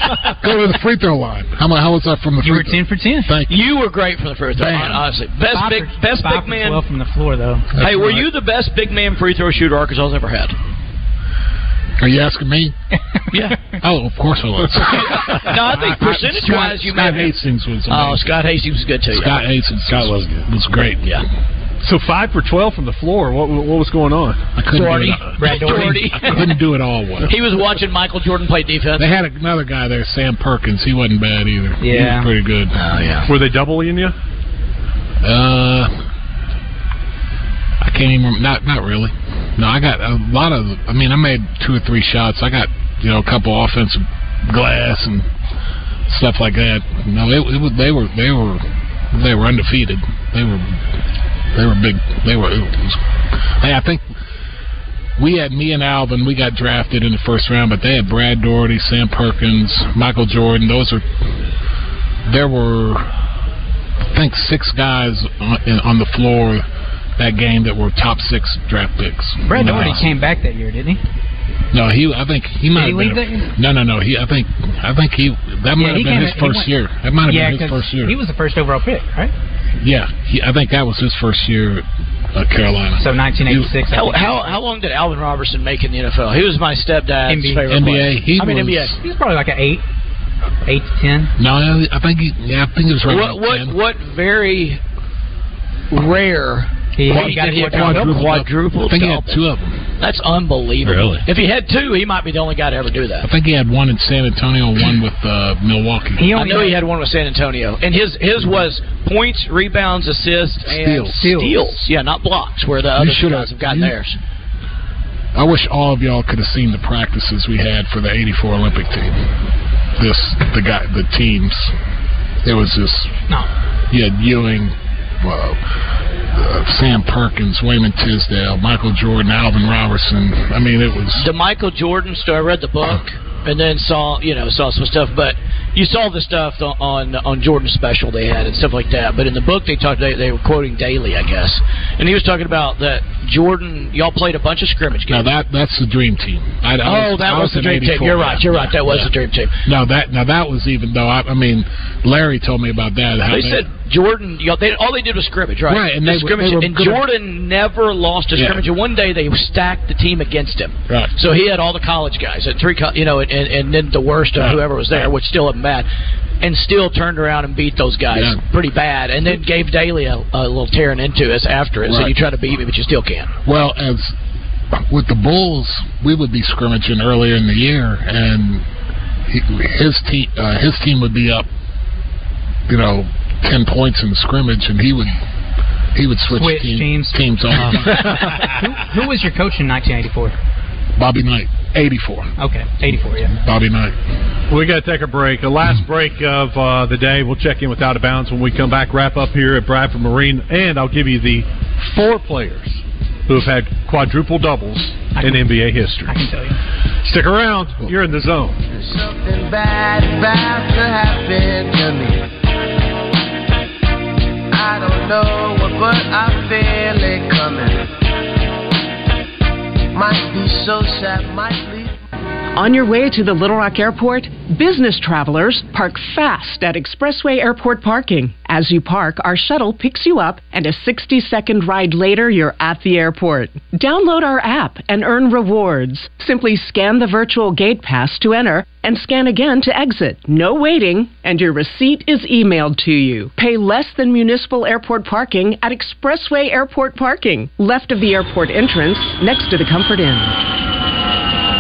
Speaker 7: Go to the free throw line. How, mu- how was that from the
Speaker 6: You
Speaker 7: free
Speaker 6: were 10
Speaker 7: throw?
Speaker 6: for 10.
Speaker 7: Thank
Speaker 8: you. were great for the free throw line, honestly. Best
Speaker 6: Five
Speaker 8: big,
Speaker 6: for-
Speaker 8: best
Speaker 6: five
Speaker 8: big man.
Speaker 6: for 12 from the floor, though.
Speaker 8: hey, were you the best big man free throw shooter Arkansas's ever
Speaker 7: (laughs)
Speaker 8: had?
Speaker 7: Are you asking me?
Speaker 8: (laughs) yeah.
Speaker 7: Oh, of course I was.
Speaker 8: (laughs) no, I think percentage wise, you
Speaker 7: Scott
Speaker 8: may have.
Speaker 7: Hastings was.
Speaker 8: Oh, Scott Hastings was good too.
Speaker 7: Scott Hastings. Scott was good. Was great.
Speaker 8: Yeah.
Speaker 3: So five for twelve from the floor. What what was going on? I
Speaker 7: couldn't do Doherty. it all.
Speaker 8: Brad Doherty.
Speaker 7: I couldn't do it all well.
Speaker 8: He was watching Michael Jordan play defense.
Speaker 7: They had another guy there, Sam Perkins. He wasn't bad either. He was
Speaker 8: Yeah.
Speaker 7: pretty good. Oh yeah.
Speaker 3: Were they doubling you?
Speaker 7: Uh, I can't even. rem- Not not really. No, I got a lot of. I mean, I made two or three shots. I got you know a couple offensive glass and stuff like that. No, it, it was they were they were they were undefeated. They were they were big. They were. It was, hey, I think. We had me and Alvin. We got drafted in the first round, but they had Brad Doherty, Sam Perkins, Michael Jordan. Those are there were I think six guys on, in- on the floor that game that were top six draft picks.
Speaker 6: Brad
Speaker 7: No.
Speaker 6: Doherty came back that year, didn't he?
Speaker 7: No, he. I think he might
Speaker 6: Did he
Speaker 7: have
Speaker 6: leave
Speaker 7: been.
Speaker 6: that year?
Speaker 7: no, no, no. He. I think. I think he.
Speaker 6: Yeah,
Speaker 7: That might
Speaker 6: he
Speaker 7: have been
Speaker 6: came-
Speaker 7: his
Speaker 6: he
Speaker 7: first
Speaker 6: went-
Speaker 7: year. That might have
Speaker 6: yeah,
Speaker 7: been his
Speaker 6: 'cause
Speaker 7: first year.
Speaker 6: He was the first overall pick, right?
Speaker 7: yeah, he, I think that was his first year at Carolina.
Speaker 6: So 1986.
Speaker 8: How, how how long did Alvin Robertson make in the NFL? He was my stepdad's
Speaker 6: NBA.
Speaker 8: favorite. player.
Speaker 7: NBA, he
Speaker 8: I mean
Speaker 7: was-
Speaker 8: NBA.
Speaker 6: He was probably like an 8, 8 to 10.
Speaker 7: No, I I think. He, yeah, I think it was right.
Speaker 8: What what what very rare
Speaker 7: He-
Speaker 8: feat
Speaker 7: he got
Speaker 8: did he
Speaker 7: a
Speaker 8: quadruple,
Speaker 7: quadruple
Speaker 8: quadruple
Speaker 7: double. I think he had
Speaker 8: double.
Speaker 7: two of them.
Speaker 8: That's unbelievable.
Speaker 7: Really?
Speaker 8: If he had two, he might be the only guy to ever do that.
Speaker 7: I think he had one in San Antonio, one with uh, Milwaukee.
Speaker 8: I know he had one with San Antonio, and his his was points, rebounds, assists, and
Speaker 7: Steals.
Speaker 8: steals. Yeah, not blocks, where the
Speaker 7: You
Speaker 8: other
Speaker 7: should
Speaker 8: guys have
Speaker 7: have-
Speaker 8: gotten
Speaker 7: you-
Speaker 8: theirs.
Speaker 7: I wish all of y'all could have seen the practices we had for the '84 Olympic team. This the guy, the teams. It was just
Speaker 6: no.
Speaker 7: You had Ewing, uh, uh, Sam Perkins, Wayman Tisdale, Michael Jordan, Alvin Robertson. I mean, it was
Speaker 8: The Michael Jordan story. I read the book, and then saw you know saw some stuff, but you saw the stuff on on Jordan's special they had and stuff like that. But in the book they talked they, they were quoting daily, I guess, and he was talking about that Jordan. Y'all played a bunch of scrimmage games.
Speaker 7: now that that's the dream team. I, I
Speaker 8: oh, that
Speaker 7: I
Speaker 8: was, the
Speaker 7: in
Speaker 8: dream team.
Speaker 7: 84,
Speaker 8: You're right.
Speaker 7: yeah.
Speaker 8: You're right. That was
Speaker 7: Yeah.
Speaker 8: the dream team.
Speaker 7: No, that now that was even though I, I mean, Larry told me about that. How
Speaker 8: They said Jordan. You know, they, all they did was scrimmage, right?
Speaker 7: Right, and they
Speaker 8: Just
Speaker 7: were-
Speaker 8: scrimmage,
Speaker 7: they were
Speaker 8: and
Speaker 7: good.
Speaker 8: Jordan never lost a
Speaker 7: Yeah.
Speaker 8: scrimmage. And one day they stacked the team against him.
Speaker 7: right.
Speaker 8: So he had all the college guys at three, co- you know, and, and, and then the worst of whoever was there, which still isn't bad, and still turned around and beat those guys
Speaker 7: Yeah.
Speaker 8: pretty bad, and then gave Daly a, a little tearing into us after it. So
Speaker 7: Right.
Speaker 8: you try to beat me, but you still can't.
Speaker 7: Well, as with the Bulls, we would be scrimmaging earlier in the year, and he, his team uh, his team would be up, you know, ten points in the scrimmage, and he would he would switch,
Speaker 6: Switch
Speaker 7: team-
Speaker 6: teams. Uh-huh.
Speaker 7: teams on.
Speaker 6: who, who was your coach in 1984?
Speaker 7: Bobby Knight, 84.
Speaker 6: Okay, 84, yeah.
Speaker 7: Bobby Knight.
Speaker 3: We got to take a break. A last break of uh, the day. We'll check in with Out of Bounds when we come back. Wrap up here at Bradford Marine, and I'll give you the four players who have had quadruple doubles in NBA history. I can
Speaker 6: tell you.
Speaker 3: Stick around. You're in the zone.
Speaker 1: Something bad about to happen to me. I don't know what, but I feel it coming. Might be so sad, might leave.
Speaker 11: On your way to the Little Rock Airport, business travelers park fast at Expressway Airport parking. As you park, our shuttle picks you up, and a 60 second ride later, you're at the airport. Download our app and earn rewards. Simply scan the virtual gate pass to enter and scan again to exit. No waiting, and your receipt is emailed to you. Pay less than municipal airport parking at Expressway Airport parking, left of the airport entrance, next to the Comfort Inn.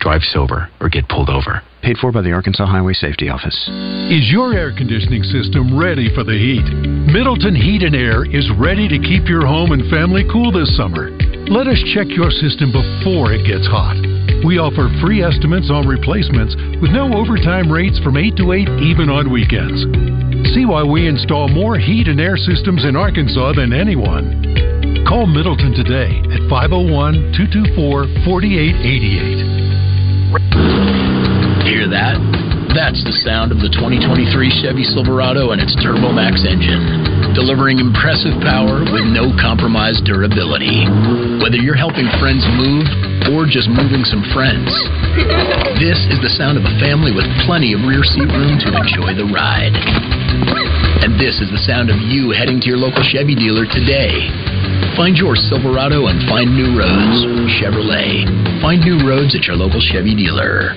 Speaker 18: Drive sober or get pulled over. Paid for by the Arkansas Highway Safety Office.
Speaker 19: Is your air conditioning system ready for the heat? Middleton Heat and Air is ready to keep your home and family cool this summer. Let us check your system before it gets hot. We offer free estimates on replacements with no overtime rates from 8 to 8 even on weekends. See why we install more heat and air systems in Arkansas than anyone. Call Middleton today at 501 224 4888.
Speaker 20: Hear that? That's the sound of the 2023 Chevy Silverado and its TurboMax engine, delivering impressive power with no compromised durability. Whether you're helping friends move or just moving some friends, this is the sound of a family with plenty of rear seat room to enjoy the ride. And this is the sound of you heading to your local Chevy dealer today. Find your Silverado and find new roads. Chevrolet. Find new roads at your local Chevy dealer.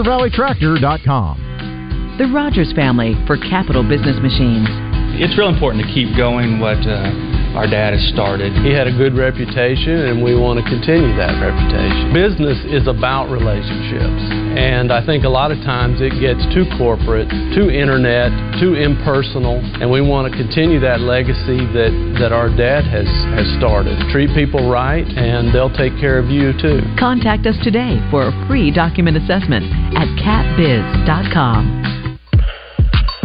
Speaker 21: RiverValleyTractor.com.
Speaker 22: The Rogers family for Capital Business Machines.
Speaker 23: It's real important to keep going what uh, our dad has started. He had a good reputation, and we want to continue that reputation. Business is about relationships, and I think a lot of times it gets too corporate, too internet, too impersonal, and we want to continue that legacy that, that our dad has, has started. Treat people right, and they'll take care of you too.
Speaker 22: Contact us today for a free document assessment at catbiz.com.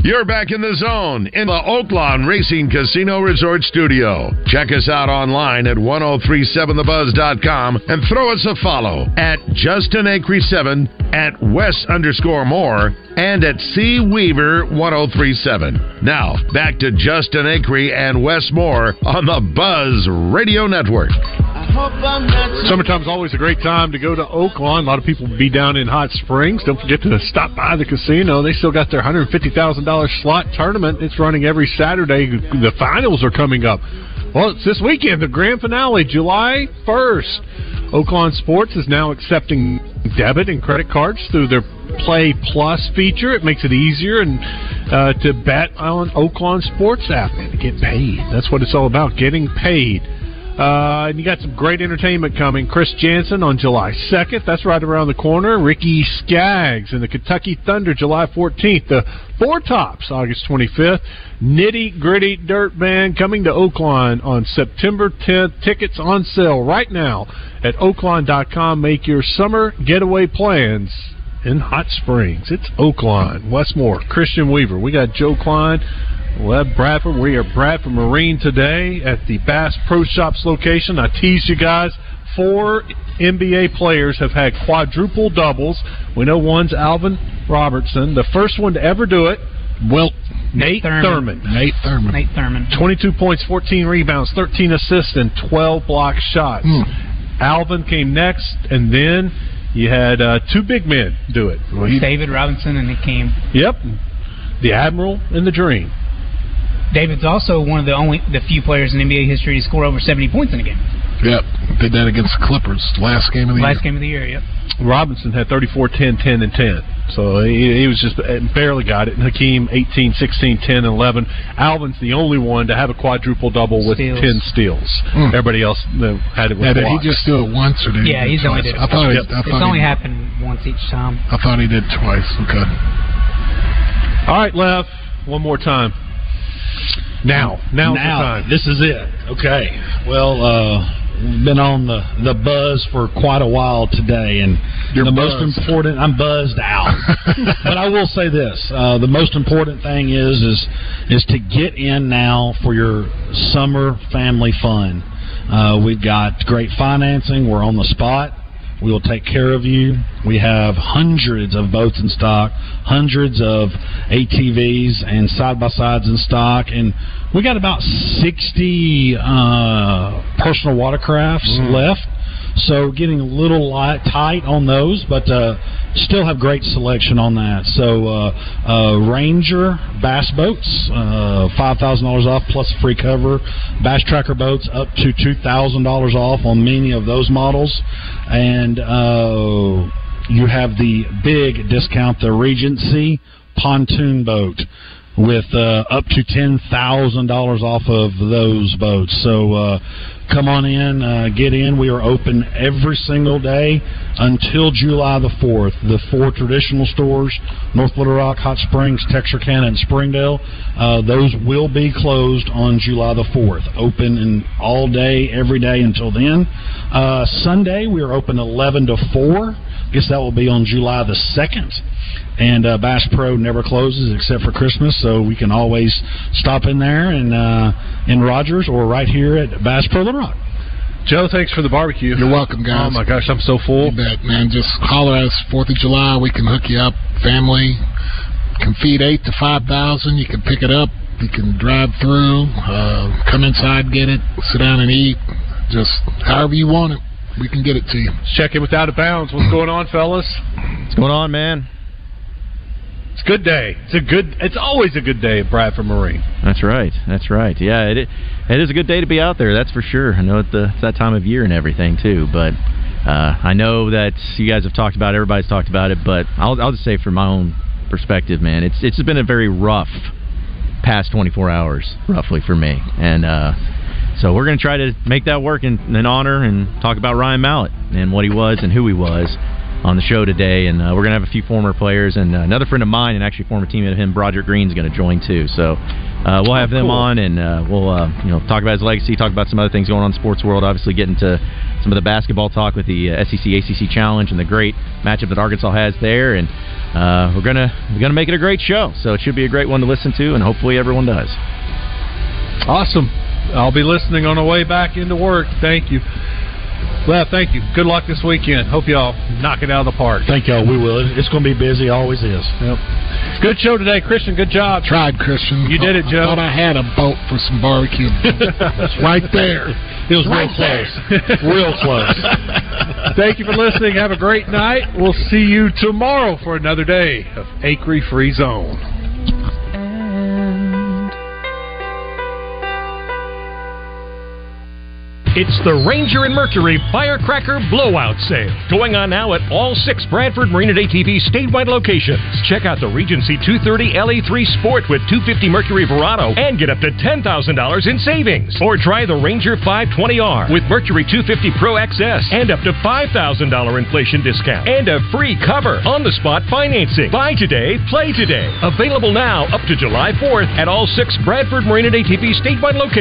Speaker 2: You're back in the zone in the Oaklawn Racing Casino Resort Studio. Check us out online at 1037thebuzz.com and throw us a follow at Justin Acre 7 at Wes underscore Moore and at C Weaver 1037. Now back to Justin Acre and Wes Moore on the Buzz Radio Network.
Speaker 3: Summertime's always a great time to go to Oaklawn. A lot of people will be down in Hot Springs. Don't forget to stop by the casino. They still got their $150,000 slot tournament. It's running every Saturday. The finals are coming up. Well, it's this weekend, the grand finale, July 1st. Oaklawn Sports is now accepting debit and credit cards through their Play Plus feature. It makes it easier and uh, to bet on Oaklawn Sports app and to get paid. That's what it's all about, getting paid. Uh, and you got some great entertainment coming. Chris Jansen on July 2nd. That's right around the corner. Ricky Skaggs and the Kentucky Thunder July 14th. The Four Tops August 25th. Nitty Gritty Dirt Band coming to Oakland on September 10th. Tickets on sale right now at oakland.com. Make your summer getaway plans in Hot Springs. It's Oakland. Westmore, Christian Weaver. We got Joe Klein. Web Bradford. We are Bradford Marine today at the Bass Pro Shops location. I teased you guys. four NBA players have had quadruple doubles. We know one's Alvin Robertson, the first one to ever do it.
Speaker 7: Well,
Speaker 3: Nate Thurman.
Speaker 7: Nate Thurman.
Speaker 6: Nate Thurman.
Speaker 3: 22 points, 14 rebounds, 13 assists, and 12 block shots.
Speaker 7: Hmm.
Speaker 3: Alvin came next, and then you had uh, two big men do it. Well, he-
Speaker 6: David Robinson and Hakeem.
Speaker 3: Yep. The Admiral and the Dream.
Speaker 6: David's also one of the only the few players in NBA history to score over 70 points in a game.
Speaker 7: Yep, did that against the Clippers last game of the
Speaker 6: Last
Speaker 7: year.
Speaker 6: game of the year, yep.
Speaker 3: Robinson had 34, 10, 10, and 10. So uh, he, he was just barely got it. And Hakeem, 18, 16, 10, and 11. Alvin's the only one to have a quadruple double with
Speaker 7: Steals.
Speaker 3: 10 steals. Everybody else uh, had it with
Speaker 7: (laughs) Yeah, did
Speaker 3: blocks.
Speaker 7: he just do Hmm. it once or did he
Speaker 6: yeah,
Speaker 7: do it
Speaker 6: he's only
Speaker 7: twice?
Speaker 6: did it.
Speaker 7: I thought,
Speaker 6: once.
Speaker 7: he, I,
Speaker 6: it's
Speaker 7: thought
Speaker 6: only
Speaker 7: he,
Speaker 6: happened once each time.
Speaker 7: I thought he did twice. Okay.
Speaker 3: All right, Lev, one more time. Now, now's the time.
Speaker 4: This is it. Okay. Well, uh, we've been on the, the buzz for quite a while today, and the most
Speaker 9: buzzed.
Speaker 4: important. I'm buzzed out,
Speaker 3: (laughs)
Speaker 4: but I will say this: uh, the most important thing is is is to get in now for your summer family fun. Uh, we've got great financing. We're on the spot. We will take care of you. We have hundreds of boats in stock, hundreds of ATVs and side by sides in stock, and we got about 60 uh, personal watercrafts left. So getting a little light, tight on those, but uh, still have great selection on that. So uh, uh, Ranger bass boats, uh, five thousand dollars off plus free cover. Bass Tracker boats up to two thousand dollars off on many of those models, and uh, you have the big discount, the Regency pontoon boat with uh, up to ten thousand dollars off of those boats. So uh, come on in, uh, get in. We are open every single day until July the fourth. The four traditional stores: North Little Rock, Hot Springs, Texarkana, and Springdale. Uh, those will be closed on July the fourth. Open and all day, every day until then. Uh, Sunday we are open eleven to four. Guess that will be on July the second. And uh, Bass Pro never closes except for Christmas, so we can always stop in there and uh, in Rogers or right here at Bass Pro Little Rock.
Speaker 3: Joe, thanks for the barbecue.
Speaker 7: You're welcome, guys.
Speaker 3: Oh my gosh, I'm so full.
Speaker 7: bet, man. Just holler at us. Fourth of July, we can hook you up. Family can feed eight to five thousand. You can pick it up. You can drive through. Uh, come inside, get it. Sit down and eat. Just however you want it, we can get it to you.
Speaker 3: Let's check in with Out of Bounds. What's going on, fellas? What's
Speaker 7: going on, man?
Speaker 3: It's a good day. It's a good. It's always a good day at Bradford Marine.
Speaker 5: That's right. That's right. Yeah, it it is a good day to be out there. That's for sure. I know it's, the, it's that time of year and everything too, but uh, I know that you guys have talked about. It, everybody's talked about it, but I'll I'll just say from my own perspective, man, it's it's been a very rough past 24 hours, roughly for me, and uh, so we're gonna try to make that work in, in honor and talk about Ryan Mallett and what he was and who he was. On the show today, and uh, we're gonna have a few former players and uh, another friend of mine, and actually former teammate of him, Broderick Green, is gonna join too. So uh, we'll have them on, and uh, we'll uh, you know talk about his legacy, talk about some other things going on in the sports world. Obviously, get into some of the basketball talk with the uh, SEC ACC Challenge and the great matchup that Arkansas has there. And uh, we're gonna we're gonna make it a great show. So it should be a great one to listen to, and hopefully everyone does.
Speaker 3: Awesome. I'll be listening on the way back into work. Thank you. Lev, thank you. Good luck this weekend. Hope y'all knock it out of the park.
Speaker 4: Thank y'all. We will. It's going to be busy. Always is.
Speaker 3: Yep. Good show today, Christian. Good job.
Speaker 7: Tried, Christian.
Speaker 3: You did it, Joe.
Speaker 7: I thought I had a boat for
Speaker 3: (laughs)
Speaker 7: some barbecue. right there.
Speaker 4: It was
Speaker 7: right
Speaker 4: real
Speaker 7: there.
Speaker 4: close. (laughs) real close.
Speaker 3: (laughs) Thank you for listening. Have a great night. We'll see you tomorrow for another day of Acre Free Zone.
Speaker 15: It's the Ranger and Mercury Firecracker Blowout Sale going on now at all six Bradford Marine and ATV statewide locations. Check out the Regency 230 LE3 E Sport with 250 Mercury Verado and get up to $10,000 in savings. Or try the Ranger 520R with Mercury 250 Pro XS and up to $5,000 inflation discount and a free cover on the spot financing. Buy today, play today. Available now up to July 4th at all six Bradford Marine and ATV statewide locations.